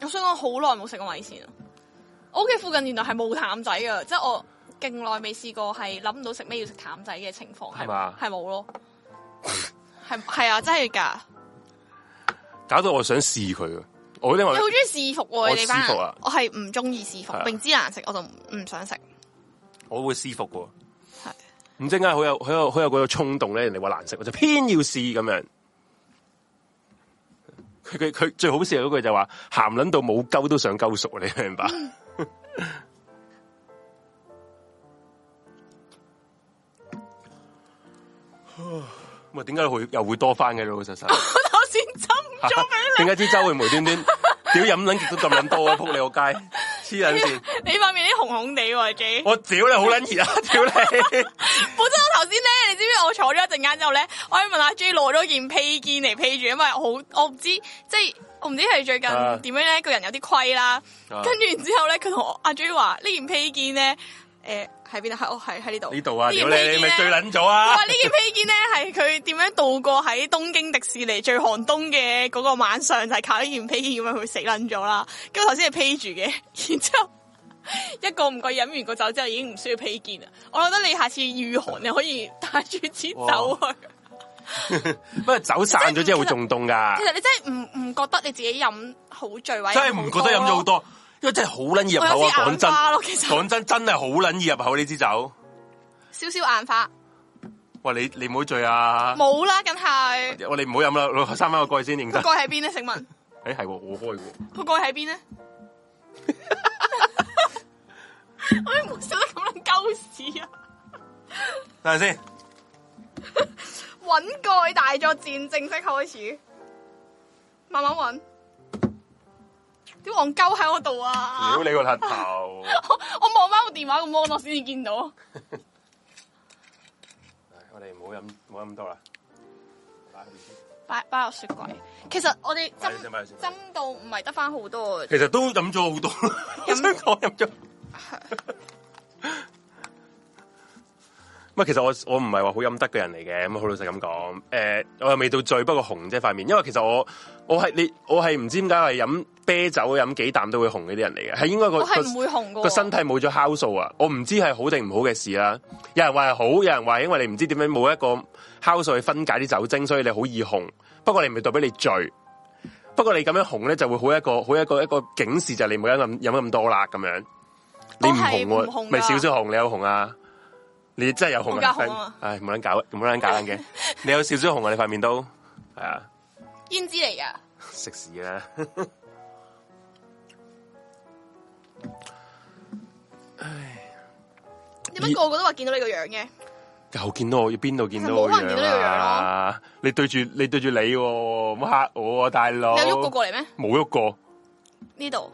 B: 我想講好耐冇食過米線啦。啊我屋企附近原來係冇淡仔噶，即係我勁耐未試過係諗唔到食咩要食淡仔嘅情況，係
A: 係嘛
B: 係冇咯，係係啊，真係㗎！
A: 搞到我想試佢啊！我呢
B: 你好
A: 我
B: 中意試服喎，你哋班
A: 我試服
B: 人
A: 啊，
B: 我係唔中意試服
A: 係啊，
B: 明知難食我就唔唔想食。
A: 我會試服嘅，
B: 係
A: 唔知點解好有好有好有嗰個衝動咧，人哋話難食，我就偏要試咁樣。佢佢佢最好笑嗰句就話鹹撚到冇鳩都想鳩熟，啊你明唔明白？咁啊，點解會又會多翻嘅老老實實？
B: 我頭先斟咗俾
A: 點解支酒會無端端屌飲撚極都咁撚多啊？仆你個街，黐撚 線！
B: 你，你塊面啲紅紅地喎，J。
A: 我屌你好撚熱啊！屌你！
B: 本身我頭先咧，你知唔知我坐咗一陣間之後咧，我去問阿 J 攞咗件披肩嚟披住，因為我好我唔知，即係我唔知係最近
A: 啊
B: 點樣咧，個人有啲虧啦。
A: 啊
B: 跟住然之後咧，佢同我阿 J 話呢件披肩咧，誒喺邊啊？喺我喺喺呢度
A: 呢度啊！
B: 呢
A: 屌
B: 件
A: 你，
B: 披肩
A: 你咪
B: 呢
A: 最撚咗
B: 佢
A: 啊
B: 話！呢件披肩咧係佢點樣度過喺東京迪士尼最寒冬嘅嗰個晚上，就係、靠呢件披肩咁樣佢死撚咗啦。跟住頭先係披住嘅， 然之後一個唔覺意飲完個酒之後已經唔需要披肩啦。我覺得你下次御寒你可以帶住支酒去。
A: 不過酒散咗之後會仲凍噶
B: 其，實你真係唔唔覺得你自己飲好醉或者
A: 真係唔覺得飲咗好
B: 多
A: 多，因為真係好撚易入口
B: 我
A: 啊！
B: 有啲
A: 講
B: 眼花咯其
A: 真，
B: 實
A: 講真真係好撚易入口呢支酒。
B: 少少眼花，
A: 喂，你你唔好醉啊！
B: 冇啦，梗係
A: 我 哋唔好飲啦，攞三翻個蓋先認
B: 個
A: 真。
B: 蓋喺邊咧？請問
A: 誒係喎，我開嘅喎，
B: 個蓋喺邊咧？我哋冇笑得咁撚鳩屎啊！
A: 等陣先。
B: 揾蓋大作戰正式開始，慢慢揾。啲戇鳩喺我度啊
A: 屌！你個柒 頭！
B: 我望翻部電話個 mon 我先至見到。
A: 我哋唔好飲，唔好飲咁多啦。
B: 擺擺落雪櫃。其實我哋
A: 擺
B: 斟
A: 住先擺住先
B: 斟到唔係得翻好多啊，
A: 其實都飲咗好多啦，我 想講飲 咗。唔係，啊其實我我唔係話好飲得嘅人嚟嘅，咁好老實咁講。誒、我又未到醉，不過紅啫塊面，因為其實我我係你我係唔知點解係飲啤酒飲幾啖都會紅嗰啲人嚟嘅，係應該個
B: 我係
A: 個
B: 唔會紅噶。
A: 個身體冇咗酵素啊！我唔知係好定唔好嘅事啦。有人話係好，有人話因為你唔知點樣冇一個酵素去分解啲酒精，所以你好易紅。不過你唔係代表你醉，不過你咁樣紅咧就會好一個好一個一個警示，就係你唔好飲咁飲咁多啦咁樣。你唔
B: 我
A: 紅
B: 係唔
A: 喎，
B: 紅㗎
A: 咪少少紅，你有紅啊？你真係有紅啊！
B: 我梗係紅啊
A: 唉，冇撚搞，冇撚搞撚嘅。你有少少紅啊！你塊面都係啊，
B: 胭脂嚟噶，
A: 食屎啦！
B: 點解個個都話見到你個樣嘅？
A: 又見到我，邊度見到我
B: 冇可能見到
A: 樣
B: 你個樣
A: 啊
B: 咯？
A: 你對住你對住你喎，唔好嚇我啊，大佬！
B: 你有喐過過嚟咩？
A: 冇喐過，
B: 呢度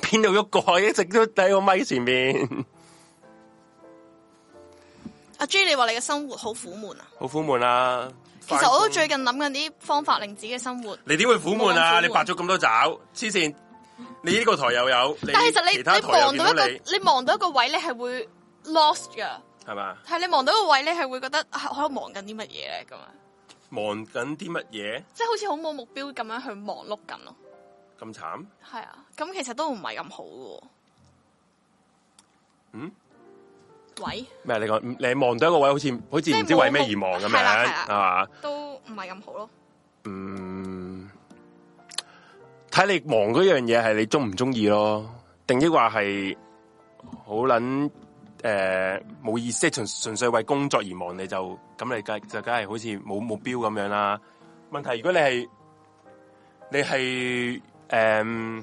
A: 邊度喐過？一直都喺我咪前面，
B: 阿 J，你話你嘅生活好苦悶啊！
A: 好苦悶啊！
B: 其實我都最近諗緊啲方法令自己嘅生活，
A: 你點會苦悶啊？
B: 冇咁苦悶
A: 你白咗咁多爪，黐線！你呢個台又有，
B: 但係其實
A: 實
B: 你
A: 其他
B: 你
A: 台又
B: 望
A: 見
B: 到一個
A: 你
B: 你望到一個位，你係會 lost 噶。
A: 係嘛？
B: 係你望到個位，你係會覺得啊我喺度忙緊啲乜嘢咧咁啊，
A: 忙緊啲乜嘢
B: 即係好似好冇目標咁樣去忙碌緊咯。
A: 咁慘？
B: 係啊，咁其實都唔係咁好嘅喎。
A: 嗯？
B: 位
A: 咩？你講你望到一個位，好似好似唔知
B: 即係冇
A: 為咩而忙咁
B: 係啦
A: 樣，
B: 係啦
A: 係嘛？
B: 都唔係咁好咯。
A: 嗯，睇你忙嗰樣嘢係你中唔中意咯，定抑話係好撚誒冇意思，即係純純粹為工作而忙，你就咁你梗就梗係好似冇目標咁樣啦。問題如果你係你係誒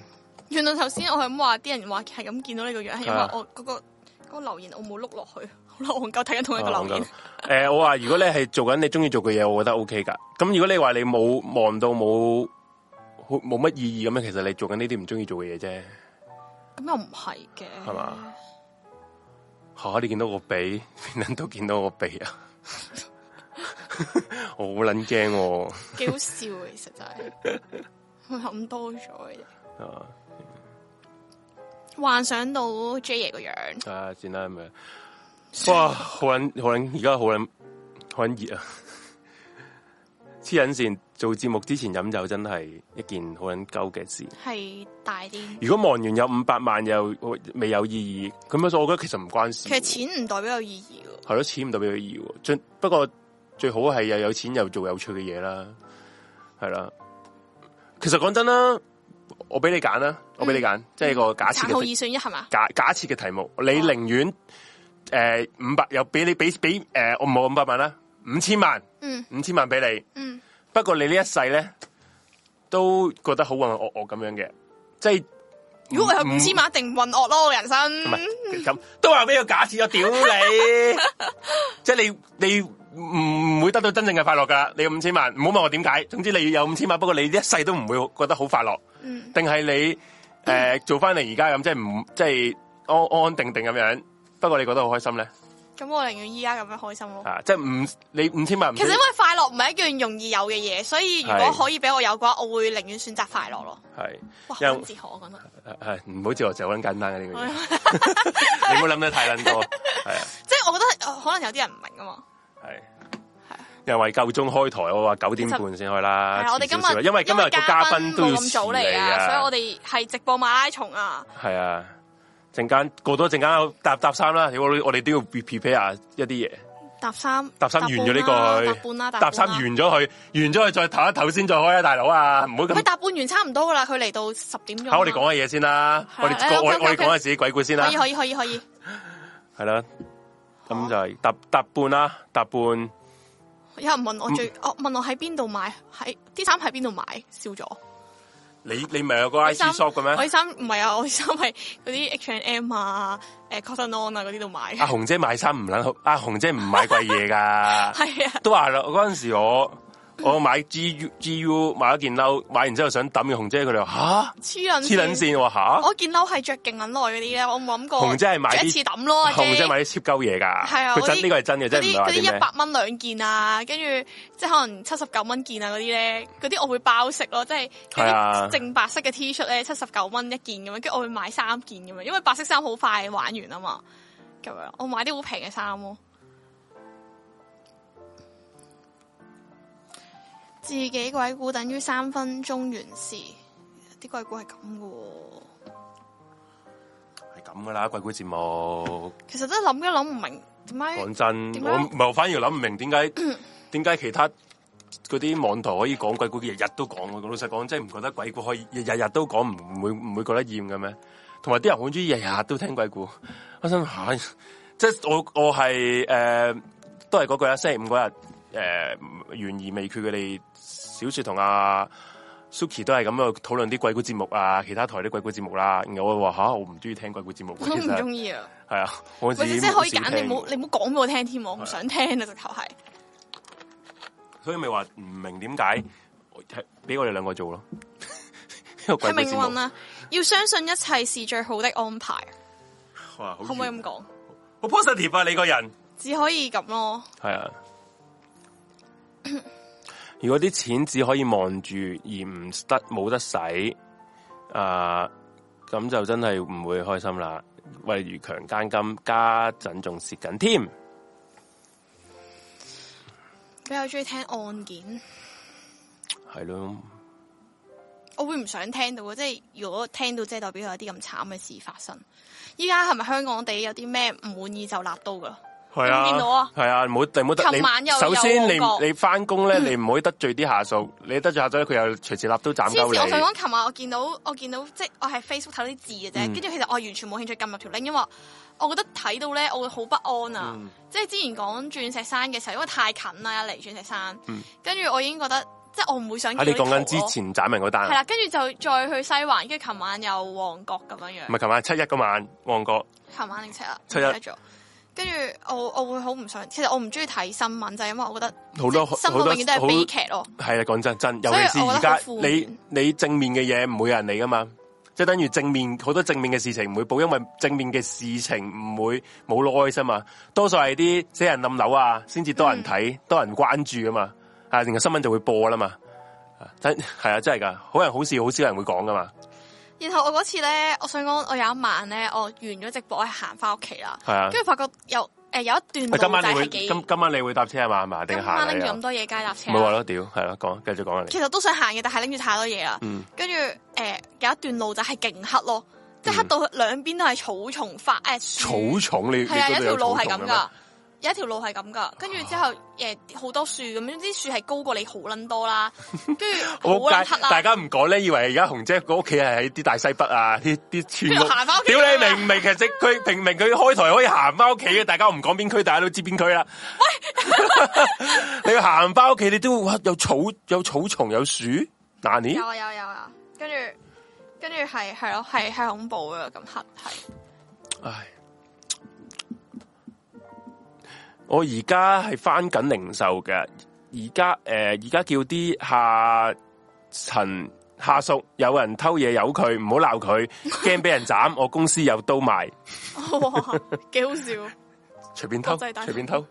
B: 原來頭先我係咁話，啲人話係咁見到呢個樣，係因為
A: 啊
B: 我嗰、個嗰個留言我冇碌落去，好啦，戇鳩睇緊同一個
A: 啊
B: 留言。
A: 誒，我話如果你係做緊你中意做嘅嘢，我覺得 O K 噶。咁如果你話你冇忙到冇好冇乜意義咁樣，其實你做緊呢啲唔中意做嘅嘢啫。
B: 咁又唔係嘅，
A: 係嘛？吓、你見到我鼻， 邊撚到見到我鼻啊？ 我好撚驚喎！
B: 幾好笑嘅，其實就係我諗多咗嘅啫，
A: 啊，
B: 幻想到 J 爺個樣，
A: 睇下先啦咁樣。哇，好撚好撚，而家好撚好撚熱啊！黐撚線，做節目之前飲酒真係一件好撚鳩嘅事。
B: 係大啲。
A: 如果忙完有五百萬又未有意義，咁樣所以我覺得其實唔關事
B: 其。實錢唔代表有意義嘅，
A: 係咯，錢唔代表有意義喎。最不過最好係又有錢又做有趣嘅嘢啦，係啦。其實講真啦，我俾你揀啦，我
B: 嗯
A: 俾你揀，即係個假設
B: 殘
A: 嘅
B: 酷二選一係嘛？
A: 假假設嘅題目，
B: 哦
A: 你寧願诶五百又俾你俾俾诶，我唔好五百萬啦，五千萬，
B: 嗯
A: 五千萬俾你。
B: 嗯，
A: 不過你呢一世咧都覺得好混混噩噩咁樣嘅，即係嗯
B: 如果我有五千萬，一定混噩咯，我人
A: 唔
B: 生。
A: 係咁，都話俾個假設我屌 你，即係你你唔會得到真正嘅快樂噶。你有五千萬，唔好問我點解。總之你有五千萬，不過你一世都唔會覺得好快樂。
B: 嗯
A: 定係你诶、呃做翻嚟而家咁，即係唔即係安安安定定咁樣。不過你覺得好開心咧，
B: 咁我寧願依家咁樣開心咯。
A: 啊，即係五你五千萬唔
B: 哦其實因為快樂唔係一樣容易有嘅嘢，所以如果
A: 係
B: 可以俾我有嘅話，我會寧願選擇快樂咯。
A: 係
B: 哇，好
A: 因為
B: 撚哲啊學我覺得，
A: 系唔好自我就好撚簡單嘅呢
B: 哦
A: 個嘢，你唔好諗得太撚多，係啊。
B: 即係我覺得呃可能有啲人唔明噶嘛。
A: 系。又為夠鐘開台，我話九點半先開啦。
B: 係啊，我哋今
A: 遲少少啦
B: 日
A: 因為今日個嘉賓都要
B: 冇咁早嚟啊，所以我哋係直播馬拉松啊。
A: 哋係啊，陣間過多陣間搭搭衫啦。屌我哋我哋都要 prepare 一啲嘢，
B: 搭衫，
A: 搭衫完咗呢個
B: 搭半啦，
A: 搭衫完咗佢，完咗佢再唞一唞先再開啊，大佬啊，唔好
B: 咪
A: 咁。
B: 搭半完差唔多噶啦，佢嚟到十點鐘。
A: 睇我哋講下嘢先啦，
B: 係
A: 我
B: 啊
A: 哋
B: 嚟
A: 我
B: ，OK，OK，OK
A: 我哋講下自己鬼故先啦
B: 可以，可以可以可以，
A: 係啦。咁就係搭搭半啦，搭半。
B: 有人
A: 嗯
B: 問我最，我問我喺邊度買，喺啲衫喺邊度買，笑咗。
A: 你你咪有個 I C
B: 衫
A: shop 嘅咩
B: 我？啲衫唔係啊，我啲衫係 嗰啲 H and M 啊、誒 Cotton On 啊嗰啲度買
A: 阿
B: 嘅。
A: 紅姐買衫唔撚好，阿紅姐唔買貴嘢㗎。
B: 係啊，
A: 都話啦，嗰阵时我我買 G U G U 買咗件褸，買完之後想抌嘅紅姐，佢哋話
B: 黐撚
A: 吓黐撚。線，我話
B: 我件褸係着勁撚耐嗰啲咧，我冇諗過。
A: 紅姐係買啲
B: 着一次抌
A: 吓，
B: 咯，阿
A: 紅姐
B: 姐
A: 買啲 cheap 鳩嘢㗎，
B: 係啊
A: 佢
B: 嗰
A: 真
B: 啲
A: 呢個係真嘅，
B: 嗰
A: 真係唔
B: 啲
A: 係話
B: 嗰啲
A: 點
B: 一
A: 咩
B: 百蚊兩件啊，跟住即係可能七十九蚊件啊嗰啲咧，嗰啲我會包食咯，即係嗰
A: 係啊
B: 啲正白色嘅 T 恤咧，七十九蚊一件咁樣，跟住我會買三件咁樣，因為白色衫好快玩完啊嘛，咁樣我買啲好平嘅衫咯。自己鬼故等於三分鐘完事，啲鬼故係咁嘅喎。
A: 係咁㗎啦，鬼故節目
B: 其實都諗一諗唔明點解
A: 講真，
B: 點解
A: 我唔係我反而諗唔明點 解點解其他嗰啲網台可以講鬼故，日日都講嘅。老實講，真係唔覺得鬼故可以日日日都講，唔唔會唔會覺得厭嘅咩？同埋啲人好中意日日都聽鬼故，我心吓，即係我我係诶、呃都係嗰句啦，星期五嗰日诶懸而未決嘅你小雪同阿 Suki 都係咁樣討論啲鬼故節目啊，其他台啲鬼故節目啦。然後我話吓，我唔中意聽鬼故節目
B: 我
A: 嘅，
B: 都
A: 其
B: 唔
A: 實
B: 中意啊。
A: 係啊，我自
B: 或者
A: 己
B: 即係可以
A: 少
B: 揀，
A: 聽
B: 你冇你冇講俾我聽添，我唔想聽啊！直頭係
A: 所以咪話唔明點解係俾我哋兩個做咯， 呢個鬼
B: 係
A: 故
B: 命
A: 節
B: 運
A: 目
B: 啊！要相信一切是最好的安排，
A: 哇，好
B: 可唔可以咁
A: 嗯
B: 講？
A: 好 positive 啊！你個人
B: 只可以咁咯。
A: 係啊。 如果啲錢只可以望住而唔得冇得使，啊、咁就真係唔會開心啦。例如強姦金，家陣仲蝕緊添，
B: 比較中意聽案件，
A: 係咯。
B: 我會唔想聽到嘅，即係如果聽到，即係代表有啲咁慘嘅事發生。依家係咪香港地有啲咩唔滿意就立刀噶？
A: 系
B: 有冇見到啊
A: 系啊，唔好你唔好得
B: 琴晚
A: 你。
B: 又
A: 首先你
B: 有旺角
A: 你翻工 咧，你唔可以得罪啲下屬，你得罪下屬咧，佢又隨時立刀斬
B: 黐線！
A: 鳩
B: 我想
A: 你。
B: 講，琴日我見到我見到，即係我係 Facebook 睇到啲字
A: 嗯
B: 嘅啫，跟住、其實我完全冇興趣撳入條 link，因為我覺得睇到咧，我會好不安啊！
A: 嗯
B: 即係之前講鑽石山嘅時候，因為太近啦，一嚟鑽石山，跟住、我已經覺得，即係我唔會想
A: 喺
B: 見
A: 嗯啊你
B: 到
A: 講
B: 呢
A: 緊
B: 啲圖咯
A: 之前斬人嗰單
B: 係
A: 啊，
B: 啦，跟住就再去西環，跟住琴晚又旺角咁樣
A: 唔係
B: 樣，
A: 琴晚七一嗰晚旺角，
B: 琴晚定七啊，
A: 嗯七一
B: 唔記得咗。跟住我我會好唔想，其實我唔中意睇新聞，就係、因為我覺得
A: 好多
B: 即係新
A: 好多
B: 聞永遠都係
A: 好
B: 悲劇咯。
A: 係啊，講真真，尤
B: 所以
A: 其是
B: 我
A: 而
B: 覺得
A: 家
B: 好負
A: 你
B: 面
A: 你正面嘅嘢唔會有人理噶嘛，即係等於正面好多正面嘅事情唔會報，因為正面嘅事情唔會冇 noise 啊嘛。多數係啲死人冧樓啊，先至
B: 嗯
A: 多人睇、多人關注啊嘛。啊，然後新聞就會播啦嘛。啊真係啊，真係㗎，好人好事好少人會講噶嘛。
B: 然後我嗰次咧，我想講我有一晚咧，我完咗直播，我係行翻屋企啦，
A: 係啊
B: 跟。住發覺有誒、有一
A: 喂
B: 段
A: 今
B: 路
A: 晚
B: 仔
A: 你會
B: 係幾
A: 今今晚你會搭車啊係嘛？係嘛？定
B: 今
A: 行
B: 晚
A: 嚟
B: 拎住
A: 啊
B: 咁？多嘢街搭車
A: 咪
B: 啦
A: 話咯，屌係啦，講繼續講啊你。
B: 其實都想行嘅，但係拎住太多嘢啦。
A: 嗯
B: 跟住誒有一段路就係勁黑咯，即係黑到兩邊都係草叢花誒
A: 嗯草
B: 樹，
A: 叢你
B: 係啊，
A: 你嗰
B: 有
A: 度
B: 一條路係
A: 草叢
B: 咁
A: 嘅咩
B: 噶，有一條路係咁噶。跟住之後誒好多樹咁樣，啲樹係高過你好撚 多啦，跟住好
A: 我
B: 撚
A: 介
B: 黑
A: 大
B: 啊啦。
A: 家唔講咧，以為而家紅姐個屋企係喺啲大西北啊，啲啲村
B: 邊
A: 屋
B: 度 行返屋。企
A: 屌
B: 啊
A: 你明唔明？其實佢明明佢開台可以行翻屋企嘅，大家唔講邊區，大家都知邊區啦。 喂，你要行翻屋企，你都會哇有草有草叢有樹，嗱你
B: 有啊有啊有啊，跟住跟住係係咯係係恐怖嘅咁黑係。
A: 唉，我而家係翻緊零售嘅，而家诶而家叫啲下層下屬有人偷嘢由佢，唔好鬧 佢，驚俾人斬。我公司有刀賣，
B: 哇， 幾好笑！
A: 隨便偷，
B: 國際大
A: 隨便偷，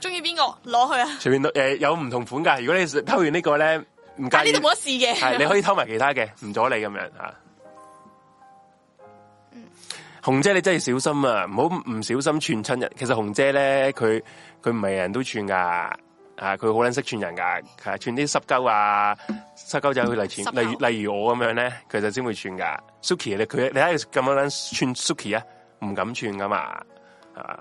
B: 中意邊個攞去啊？
A: 隨便誒、呃有唔同款噶。如果你偷完呢個咧，唔
B: 但
A: 介
B: 係呢
A: 意
B: 度，冇得試嘅。
A: 係你可以偷埋其他嘅，唔阻你咁樣啊吓。
B: 嗯
A: 紅姐你真係要小心啊！唔好唔小心串親人。其實紅姐咧，佢佢唔係人都串噶，啊佢好撚識串人噶，係串啲濕鳩啊、濕鳩仔去嚟串，
B: 濕鳩
A: 例如例如我咁樣咧，佢就先會串噶。Suki 你佢你睇佢咁樣撚串 Suki 啊，唔敢串噶嘛，係嘛？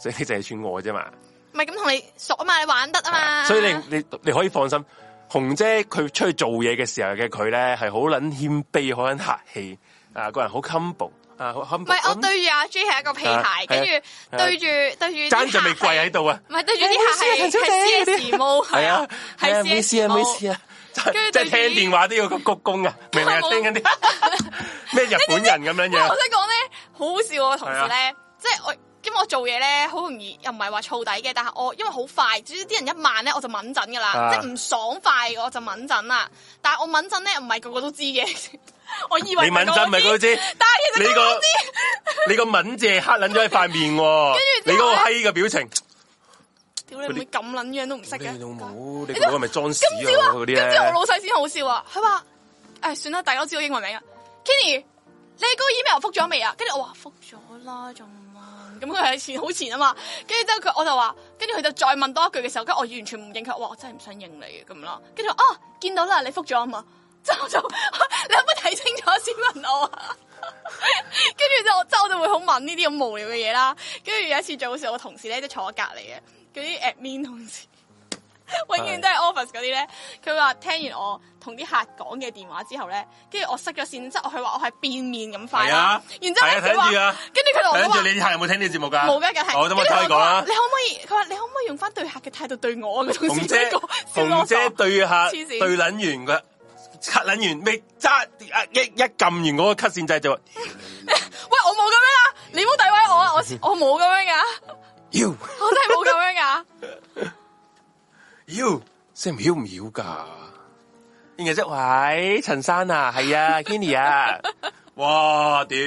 A: 所以你淨係串我啫嘛。
B: 唔係咁同你熟啊嘛，你玩得啊嘛。
A: 所以你你你可以放心，紅姐佢出去做嘢嘅時候嘅佢咧係好撚謙卑，好撚客氣啊，個人好 humble 啊，好 humble。
B: 唔係我對住阿 J 係一個屁
A: 係
B: 孩，
A: 啊
B: 跟住
A: 啊
B: 對住對住啲
A: 爭就未
B: 客
A: 跪
B: 係
A: 喺度啊，
B: 唔係對住啲客係係 C S 毛，
A: 係
B: 係
A: 啊
B: 啊，，
A: 係啊，
B: 係
A: 冇事啊，冇事
B: 啊。
A: 啊，即係即
B: 跟
A: 係
B: 住
A: 聽
B: 對住
A: 電話都要咁鞠躬 啊，明唔明啊？
B: 冇
A: 聽緊啲咩日本人咁樣
B: 我
A: 樣，
B: 想講咧，好好笑啊我同事咧，即係我。因為我做嘢咧，好容易又唔係話燥底嘅，但係我因為好快，總之啲人一慢咧，我就敏陣噶啦，
A: 啊
B: 即係唔爽快我就敏陣啦。但係我敏陣咧，唔係個個都知嘅， 我以為
A: 你敏真咪
B: 個個
A: 嗰
B: 都知，
A: 知，
B: 但係其
A: 你
B: 實個個
A: 個
B: 都知。
A: 你個敏字黑撚咗喺塊面喎，你
B: 跟
A: 嗰
B: 住之後
A: 個
B: 呢
A: 閪嘅表情，
B: 屌你會咁撚樣都唔識嘅
A: 你老母，你個腦係咪裝屎
B: 今
A: 啊
B: 朝啊，？
A: 嗰啲
B: 今朝我
A: 咧
B: 老，細先好笑啊！佢話：，唉，算啦，大家都知道英文名啊。Kenny，你個 email 覆咗未啊？跟住我話覆咗啦，仲問？咁佢係前好前啊嘛。跟住之後佢我就話，哦跟住佢就再問多一句嘅時候，跟住我完全唔應佢，哇！我真係唔想應你嘅咁啦。跟住我啊，見到啦，你覆咗啊嘛。 之後我就你可唔可以睇清楚先問我啊？跟住就之後我就會好問呢啲咁無聊嘅嘢啦。跟住有一次最好笑，我同事咧即係坐我隔離嘅嗰啲 admin 同事， 永遠都係 office 嗰啲咧。佢話聽完我同啲客講嘅電話之後咧，跟住我熄咗線，之後佢話我係變面咁快
A: 係
B: 啦
A: 啊。
B: 然之後咧
A: 係啊
B: 佢話
A: 睇住啊，
B: 跟住佢同
A: 睇
B: 我
A: 住
B: 話。
A: 你啲客有冇聽呢個節目㗎？
B: 冇嘅，梗係。
A: 我都冇聽
B: 跟
A: 佢
B: 住
A: 講啊
B: 我話
A: 啦
B: 你。可唔可以？佢話你可唔可以用翻對客嘅態度對我啊？個同
A: 紅
B: 事
A: 姐
B: 嗰個，笑到
A: 紅
B: 我傻
A: 姐對客
B: 黐線
A: 對撚完佢，咳撚完未揸啊一一撳完嗰個咳線掣就話，
B: 喂，我冇咁樣啦，啊你唔好詆毀我啊！我我冇咁樣噶，
A: 妖
B: 我真係冇咁樣啊噶。
A: 妖聲唔妖唔妖㗎？然後即喂，陳生啊，係 啊，Kenny 啊，哇屌！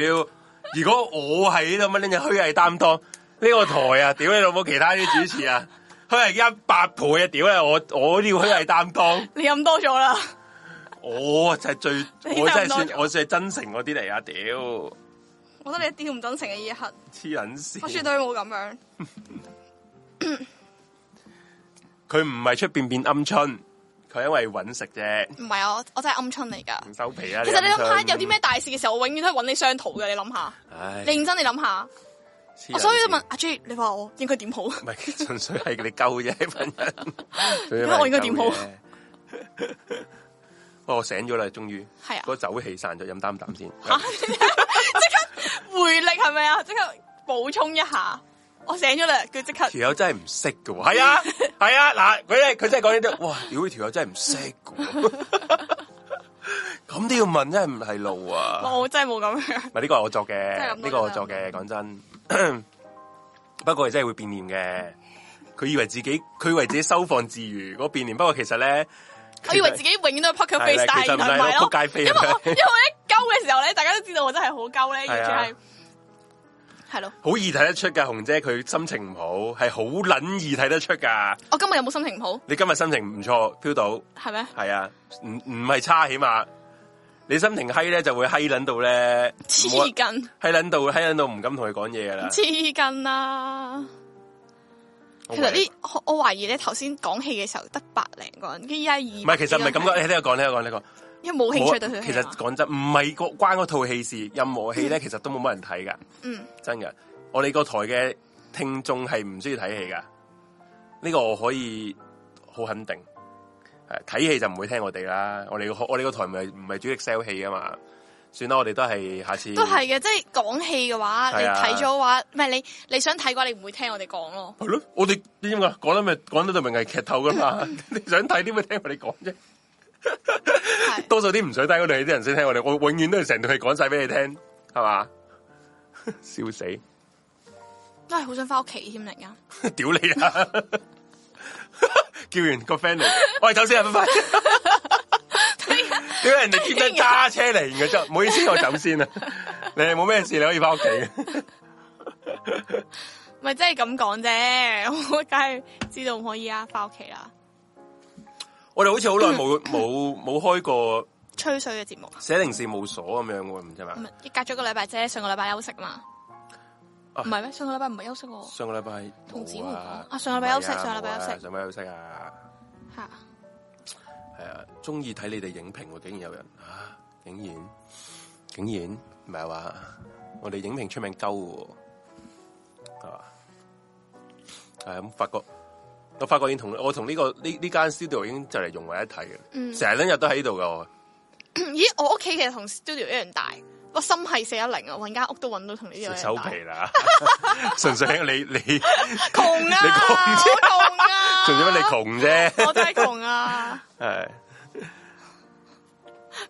A: 如果我係呢度乜拎嘅虛偽擔當呢個台啊，屌你老母其他啲主持啊，虛偽一百倍啊，屌你我我呢個虛偽擔當。
B: 你飲多咗啦，
A: 我哦就係最，
B: 你
A: 我真係
B: 就唔
A: 算
B: 多，咗
A: 我算係真誠嗰啲嚟啊！屌，
B: 我覺得你一啲都唔真誠嘅呢一 刻，
A: 黐撚
B: 我絕
A: 線，
B: 對冇咁樣。
A: 佢唔係出邊變鵪鶉，佢因為揾食啫，
B: 唔係啊，我我真係鵪鶉嚟噶。
A: 唔收皮啊！
B: 其實你諗下，
A: 鵪鶉
B: 有啲咩，大事嘅時候，我永遠都係揾你商討嘅。你諗下，
A: 唉，
B: 你認真你諗下，
A: 黐撚線
B: 我所以都問阿 J，你話我應該點好？
A: 唔係 純粹係你鳩啫，份人。
B: 咁我應該點好
A: 純粹係你鳩 啫？我醒咗啦，終於，
B: 係啊
A: 嗰酒氣散咗，飲啖啖先。
B: 吓，即刻回力係咪啊？即刻補充一下，我醒咗啦，佢 即刻
A: 條友真係唔識㗎喎，係 啊，係啊，嗱，佢咧佢真係講呢啲，哇，屌條友真係唔識㗎喎， 咁都要問真係唔係路啊！
B: 我真係冇咁 樣。
A: 唔係呢個係我作
B: 真係
A: 嘅，
B: 咁多
A: 呢個我作嘅，講真。 不過佢真係會變臉嘅，佢以為自己佢以為自己收放自如嗰變臉，不過其實咧，
B: 我以為自己永遠都係 poker
A: 係啦
B: face，但
A: 其實
B: 係
A: 唔
B: 原
A: 係
B: 來唔係
A: 咯，
B: 咯
A: 仆。街飛啊
B: 因為我因為我一撳嘅時候咧，大家都知道我真係好鳩咧，
A: 係
B: 完
A: 啊
B: 全係係咯。
A: 好易睇得出噶，紅姐佢心情唔好，係好撚易睇得出噶。
B: 我今日有冇心情唔好？
A: 你今日心情唔錯，feel 到
B: 係咩？
A: 係啊，唔唔係差，起碼你心情閪咧就會閪撚到咧，
B: 黐筋
A: 閪撚到閪撚到唔敢同佢講嘢噶啦。
B: 黐筋啦！其實呢，我我懷疑咧頭先講戲嘅時候得百零個人，跟住依家二唔
A: 唔係，其實唔係咁講，，你聽我講，聽我講，聽我講。
B: 因為冇興趣對佢。啊
A: 其實講真，唔係個關嗰套戲事，任何戲咧，其實都冇乜人睇噶。
B: 嗯，
A: 真嘅，我哋個台嘅聽眾係唔需要睇戲噶，呢、個我可以好肯定。係睇戲就唔會聽我哋啦，我哋個我哋個台唔係唔係主力 sell 戲噶嘛，算啦，我哋都係下次
B: 都係嘅，即係講戲嘅話，你
A: 係啊
B: 睇咗嘅話，唔係你你想睇嘅話，你唔會聽我哋講咯。
A: 係咯，我哋點噶講得咪講得就明係劇透噶 嘛，你想睇啲咪聽我哋講啫。
B: 係
A: 多數啲唔想睇我哋啲人先聽我哋，我永遠都係成套戲講晒俾你聽，係嘛？ 笑死，
B: 都係好想翻屋企添，突然間
A: 屌你啊！ 叫完個 friend 嚟，喂，走先啊， 拜拜。屌人哋專登揸車嚟嘅啫，唔好意思，我走 先啦。啊你哋冇咩事，你可以翻屋企。
B: 咪即係咁講啫， 我梗係知道唔可以啊，翻屋企啦。
A: 我哋好似好耐冇冇冇開過
B: 吹水嘅節目啊，
A: 寫零事務所咁樣喎，唔知嘛
B: 唔？係隔咗一個禮拜啫，上個禮拜休息嘛，
A: 啊
B: 唔係咩？上個禮拜唔係休息喎，
A: 上個禮拜
B: 同子
A: 冇
B: 桓
A: 啊
B: 講，啊上個禮拜休息
A: 唔係啊
B: 上個禮拜
A: 冇啊
B: 休息
A: 上個禮拜休息啊。
B: 吓、
A: 系啊，中意睇你哋影評喎，竟然有人啊，竟然竟然唔係啊話我哋影評出名鳩嘅喎，係嘛？係咁發覺，我發覺已經同我同呢、個呢呢間 studio 已經就嚟融為一體
B: 嗯
A: 嘅，成日、日都喺度嘅我，
B: 咦，我屋企其實同 studio 一樣大，我心係四一零啊，搵間屋都搵到同呢度一樣
A: 收
B: 大
A: 皮，啦， 純粹你你
B: 窮啊，
A: 你窮啫
B: 我窮 啊，
A: 純粹你窮啫，
B: 我真係窮啊，
A: 係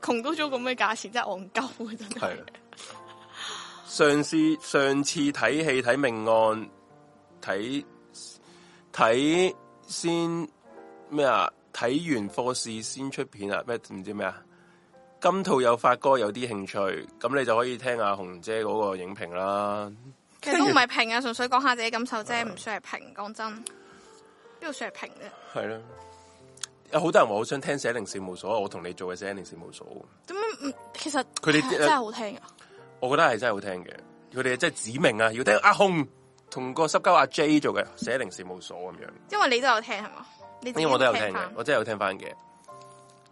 B: 窮到咗咁嘅價錢真係戇鳩啊，真
A: 係
B: 係
A: 啦。上次上次睇戲睇命案，睇睇先咩啊？睇完課試先出片啊？咩唔知咩啊？今套有發哥有啲興趣，咁你就可以聽阿紅姐嗰個影評啦。
B: 其實都唔係評啊，純粹講下自己感受啫，唔算係評。講真，邊度算係評啫？
A: 係啦，有好多人話好想聽寫零事務所，我同你做嘅寫零事務所，
B: 點解唔？其實
A: 佢哋
B: 啊真係好聽啊！
A: 我覺得係真係好聽嘅。佢哋真係指明啊，要聽阿紅同個濕鳩阿 J 做嘅寫零事務所咁樣。
B: 因為你都有聽係嘛？你自己
A: 因
B: 啊
A: 為嗯我都有聽嘅
B: 翻，
A: 我真係有聽翻嘅，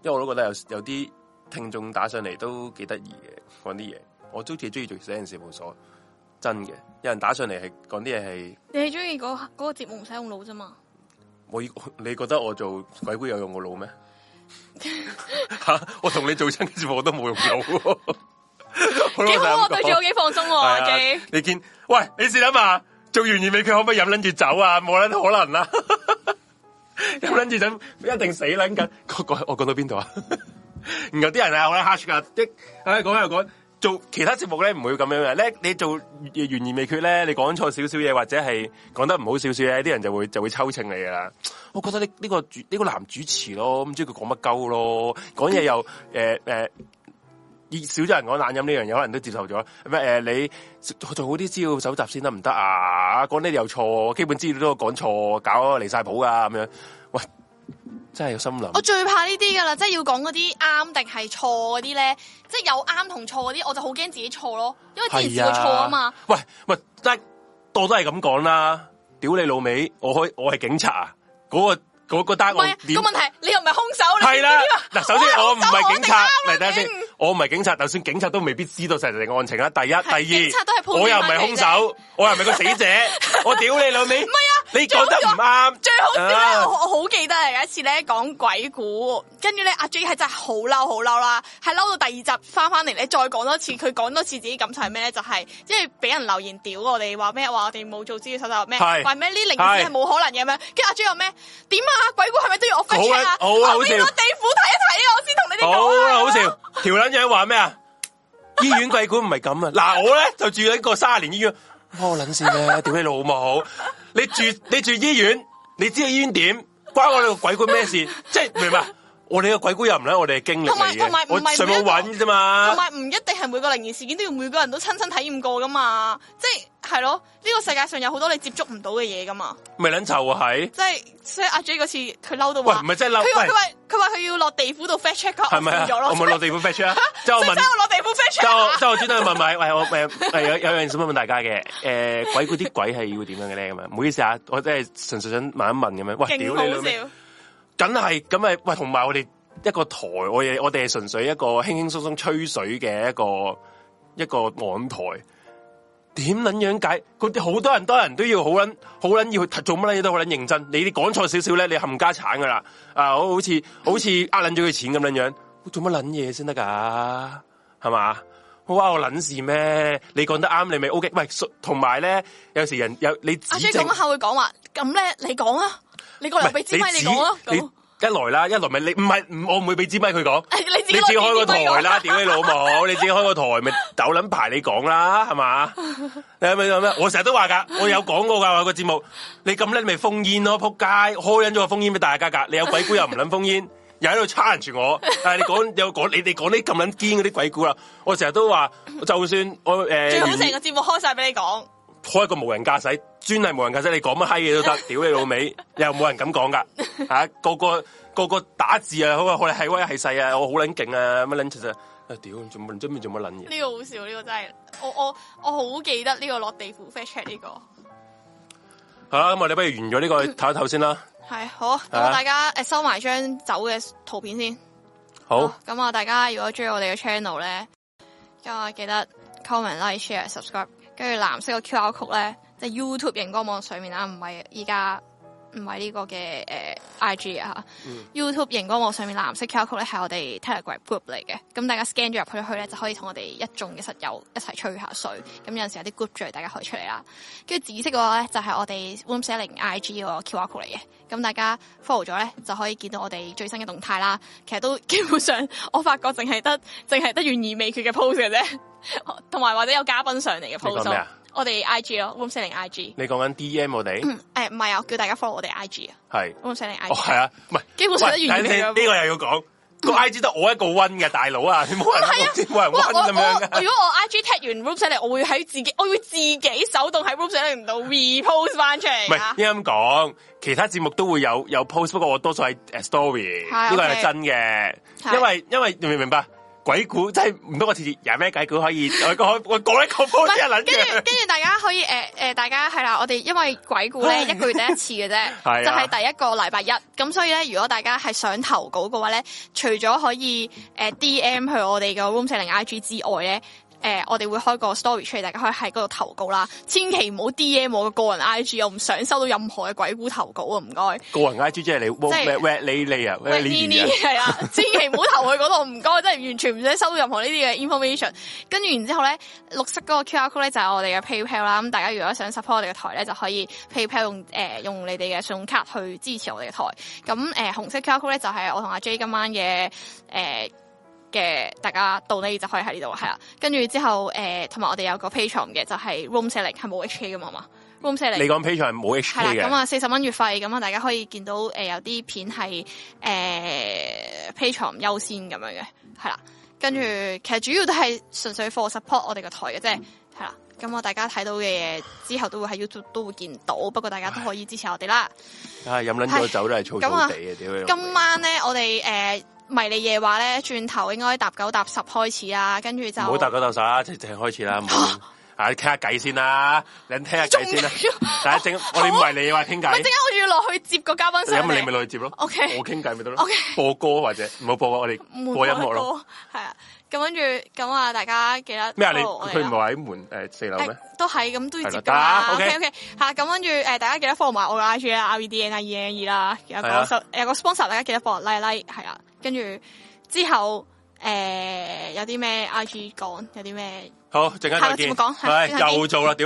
A: 因為我都覺得有有啲聽眾打上嚟都幾得意嘅，講啲嘢，我都幾中意做寫人事務所，真嘅，有人打上嚟係講啲嘢係，
B: 你中意嗰嗰個節目唔使用腦啫嘛？
A: 我以你覺得我做鬼故有用我腦 咩？吓、我同你做親嘅節目我都冇用 腦喎，我都
B: 幾好
A: 想
B: 啊！
A: 講
B: 對住我幾放鬆喎，阿
A: 係
B: J
A: 啊。，你見喂，你試諗下，做完完美佢可唔可以飲捻住酒啊？ 冇捻可能啦、飲捻住酒一定死捻緊。 我講我講到邊度啊？ 然後啲人啊係好捻 hush 噶，一唉講又講。做其他節目咧唔會咁樣嘅咧，你做懸而未決咧，你講錯少少嘢或者係講得唔好少少嘢，啲人就會就會抽秤你噶啦。我覺得呢呢個主呢個男主持咯，唔知佢講乜鳩咯，講嘢又誒誒以少咗人講懶音呢樣嘢，可能都接受咗。咩誒、呃你做好啲資料搜集先得唔得啊？講呢啲又錯，基本資料都講錯，搞離晒譜啊咁樣。喂，真係有心
B: 我
A: 諗，
B: 最怕呢啲噶啦，即係要講嗰啲啱定係錯嗰啲咧，即係有啱同錯嗰啲，我就好驚自己錯咯，因為之前試過錯啊嘛。。
A: 喂喂，得我都係咁講啦，屌你老味，我可以我係警察啊！嗰、個嗰、個單
B: 唔
A: 我
B: 係啊，
A: 點
B: 個問題你又唔係兇手，你
A: 係啦
B: 點知啊，
A: 嗱，首先我唔係警察，嚟
B: 我係兇手我一定啱啊
A: 睇下先
B: 頂，
A: 我唔係警察，就算警察都未必知道實情案情啦。第一，第
B: 警察都係判
A: 二，
B: 斷
A: 我又唔係兇手，我又唔係個死 者，我屌你老味！唔係啊，你講得唔啱，
B: 最好笑咧，
A: 啊
B: 我我好記得有一次咧講鬼故，跟住咧阿 J 係真係好嬲好嬲啦，係嬲到第二集翻翻嚟咧再講多次，佢講多次自己感受係咩咧？就係因為俾人留言屌我哋話咩話我哋冇做資料搜集咩，
A: 係
B: 話咩呢零件係冇可能嘅咩？跟住阿 J 又咩點啊鬼故係咪都要我 fact check 啊？
A: 好啊好啊
B: 我
A: 好笑
B: 俾個地府睇一睇啊，我先同你哋
A: 好
B: 講
A: 啦，
B: 啊
A: 好笑。條撚樣話咩啊？醫院貴館唔係咁啊！嗱，我咧就住喺個卅年醫院，我撚線 咧，屌你老母！你住你住醫院，你知道醫院點，關我哋個鬼館咩事？即係明白？我哋嘅鬼故又唔係我哋嘅經歷
B: 同埋
A: 嚟
B: 同埋
A: 嘅，
B: 唔係
A: 我上網揾啫嘛
B: 同。埋唔一定係每個靈異事件都要每個人都親身體驗過噶嘛，即係係咯，呢、個世界上有好多你接觸唔到嘅嘢噶嘛，
A: 咪撚就係，
B: 即係所以阿 J 嗰次佢嬲到
A: 喂
B: 話，
A: 唔係真係嬲
B: 佢話
A: 喂
B: 佢話佢話佢要落地府度 fact check 噶，
A: 係咪
B: 我
A: 啊
B: 信咗？咯，
A: 我咪落地府 fetch 啊，即係我
B: 即
A: 問
B: 係。我落地府 fact
A: 即係
B: check
A: 我
B: 啊
A: 即係我專登問埋，喂我誒誒有有樣嘢想問問大家嘅，誒鬼故啲鬼係要點樣嘅咧咁樣？唔好意思啊，我真係純粹想問一問咁樣。喂，屌
B: 勁
A: 你老味！
B: 好笑。
A: 梗係咁咪喂，同埋我哋一個台，我哋我哋係純粹一個輕輕鬆鬆吹水嘅一個一個網台。點撚樣解？嗰啲好多人多人都要好撚好撚要做乜撚嘢都好撚認真。你啲講錯少少咧，你冚家產噶啦！啊，我好似好似呃撚咗佢錢咁撚樣，做乜撚嘢先得㗎？係嘛？我話我撚事咩？你講得啱，你咪 O K。喂，同埋咧，有時人有你指
B: 阿 J
A: 正
B: 講下會講話，咁咧你講啊，你過
A: 唔
B: 嚟
A: 係
B: 俾支咪
A: 你
B: 你
A: 指
B: 講啊，
A: 你
B: 咁，
A: 一來啦，一來咪你唔係唔我唔會俾支咪佢講
B: 你自
A: 你
B: 己
A: 自己開個
B: 攞
A: 台
B: 支
A: 啦，
B: 咪講啊
A: 屌你老母，你自己開個台咪斗撚排你講啦，係嘛？你係咪咁咩？我成日都話噶，我有講過噶個節目，你咁叻咪封煙咯，仆街，開撚咗個封煙俾大家噶，你有鬼故又唔撚封煙， 又喺度 challenge 住我，但係你講有講你哋講啲咁撚堅嗰啲鬼故啦，我成日都話，就算我誒、
B: 最好
A: 原
B: 成個節目開晒俾你講，
A: 開一個無人駕駛，專係無人駕駛，你講乜閪嘢都 得，屌你老味，又冇人咁講噶，吓、啊、個個個個打字啊，好啊，我哋係威係勢啊，我好撚勁啊，乜撚柒啊，啊屌，做乜做乜做乜撚嘢？
B: 呢個好笑，呢個真係我我我好記得呢個落地府 fact check 呢個。
A: 好啦，咁我哋不如完咗呢個去唞一唞先啦，
B: 系好啊，咁
A: 啊
B: 我大家诶收埋張酒嘅圖片先。
A: 好，
B: 咁啊，大家如果中意我哋嘅 channel 咧，咁啊記得 comment、like、share、subscribe，跟住藍色嘅 QR code 咧，即系 YouTube 熒光網上面啊啦，唔係依家唔係呢個嘅诶、呃 IG 啊、YouTube 熒光網上面藍色 QR code 咧係我哋 Telegram group 嚟嘅，咁大家 scan 咗入去去咧就可以同我哋一眾嘅室友一齊吹下水，咁有陣時有啲 group 聚大家可以出嚟啦。跟住紫色嘅話咧就係、我哋 Room 4 0 IG 嗰個 QR code 嚟嘅，咁大家 follow 咗咧就可以見到我哋最新嘅動態啦。其實都 基本上我發覺淨係得淨係得懸而未決嘅 post 嘅啫， 同埋或者有嘉賓上嚟嘅
A: 你講咩
B: post
A: 啊。
B: 我哋 IG 咯，Room 4 0 IG。
A: 你講緊 D M 我哋
B: 誒唔係啊，我叫大家 follow 我哋 IG 啊
A: 係，
B: ，Room 4 0 IG。
A: 哦係啊，唔係，
B: 基本上都
A: 喂但係
B: 完啊全
A: 呢呢
B: 咁
A: 個又要講。個 I G 得我一個温嘅大佬啊，冇人冇人
B: 哦哇！我我
A: 温咁樣
B: 我
A: 噶
B: 如，果我 I G tag 完 room 寫嚟，我會喺自己，我會自己手動喺 room 寫嚟唔到 repost 翻出
A: 唔
B: 嚟
A: 係
B: 啊！
A: 應該咁講，其他節目都會有有 post，不過我多數係誒 story，
B: 係
A: 呢個
B: OK
A: 係真嘅，
B: 係
A: 因為因為你明唔明白？鬼故真係唔通我次次有咩鬼故可以我我我講一個 post 一撚
B: 跟住
A: 嘅，
B: 跟住，大家可以誒誒、呃大家係啦，我哋因為鬼故咧一個月第一次嘅啫，
A: 係
B: 就
A: 啊
B: 係第一個禮拜一。咁所以咧，如果大家係想投稿嘅話咧，除咗可以誒、呃 D M 去我哋嘅 Room 四零 I G 之外咧。誒、我哋會開個 story 出嚟，大家可以喺嗰度投稿啦。千祈唔好 D M 我嘅個人 I G，我唔想收到任何嘅鬼故投稿啊！唔該。
A: 個人 IG 即係你
B: 係
A: 咩咩你你啊，
B: 喂
A: 喂你你
B: 呢
A: 啊，
B: 啲係 啦，千祈唔好投去嗰度，唔該，真係完全唔想收到任何呢啲嘅 information。跟住然之後咧，綠色嗰個 QR code 咧就係我哋嘅 PayPal 啦。咁大家如果想 support 我哋嘅台咧，就可以 PayPal 用誒、呃用你哋嘅信用卡去支持我哋嘅台。咁誒、呃、紅色 QR code 咧就係我同阿 J 今晚嘅誒。呃嘅大家到呢就可以喺呢度係啦，啊跟住之後誒，同埋我哋有個 Patreon 嘅就係 Room 四零係冇 HK 嘅嘛嘛，Room 四零
A: 你講 page 係冇
B: 系啦，
A: HK
B: 咁
A: 嘅，
B: 啊四十蚊月費，咁啊大家可以見到诶、呃有啲片係诶 Patreon 優先咁樣嘅，係啦，跟住
A: 嗯
B: 其實主要都係純粹 for support 我哋個台嘅啫，係啦，咁我啊大家睇到嘅嘢之後都會喺 YouTube 都會見到，不過大家都可以支持我哋啦。
A: 啊飲撚咗酒都係粗粗
B: 咁啊
A: 地嘅，屌你老味
B: 今晚咧我哋诶、呃迷你夜話咧，轉頭應該搭九搭十開始啦，跟住就
A: 唔好搭嗰鬥手啦，即係正開始啦，唔好啊傾下偈先啦，你聽下偈先啦
B: 仲，
A: 大家 正我哋唔係你話傾
B: 喂，
A: 偈
B: 陣間，我仲要落去接個嘉賓上
A: 咁
B: 嚟
A: 咪你咪。落去接咯
B: OK
A: 我傾偈咪得咯
B: OK，
A: 播歌或者唔好播歌，我哋播音樂咯。，
B: 系啊，咁跟住咁啊，大家記得
A: 咩啊？你
B: follow 我哋
A: 佢唔
B: 啦
A: 係話喺門誒四樓咩？
B: 誒都哦係咁都要接
A: 係
B: 噶
A: 啦得
B: 嘛。
A: 啊
B: OK
A: ，OK
B: OK，嚇咁跟住誒，大家記得 follow 埋我嘅 IG 啦，R V D N I E N E 啦，有個
A: 係啊
B: so- 有個 sponsor，大家記得 follow like like 係啦。跟住之後誒有啲咩 IG 講，有啲咩
A: 好，陣間
B: 下個
A: 再
B: 節目
A: 見。
B: 講係
A: 唉
B: 陣間見
A: 又做啦，屌！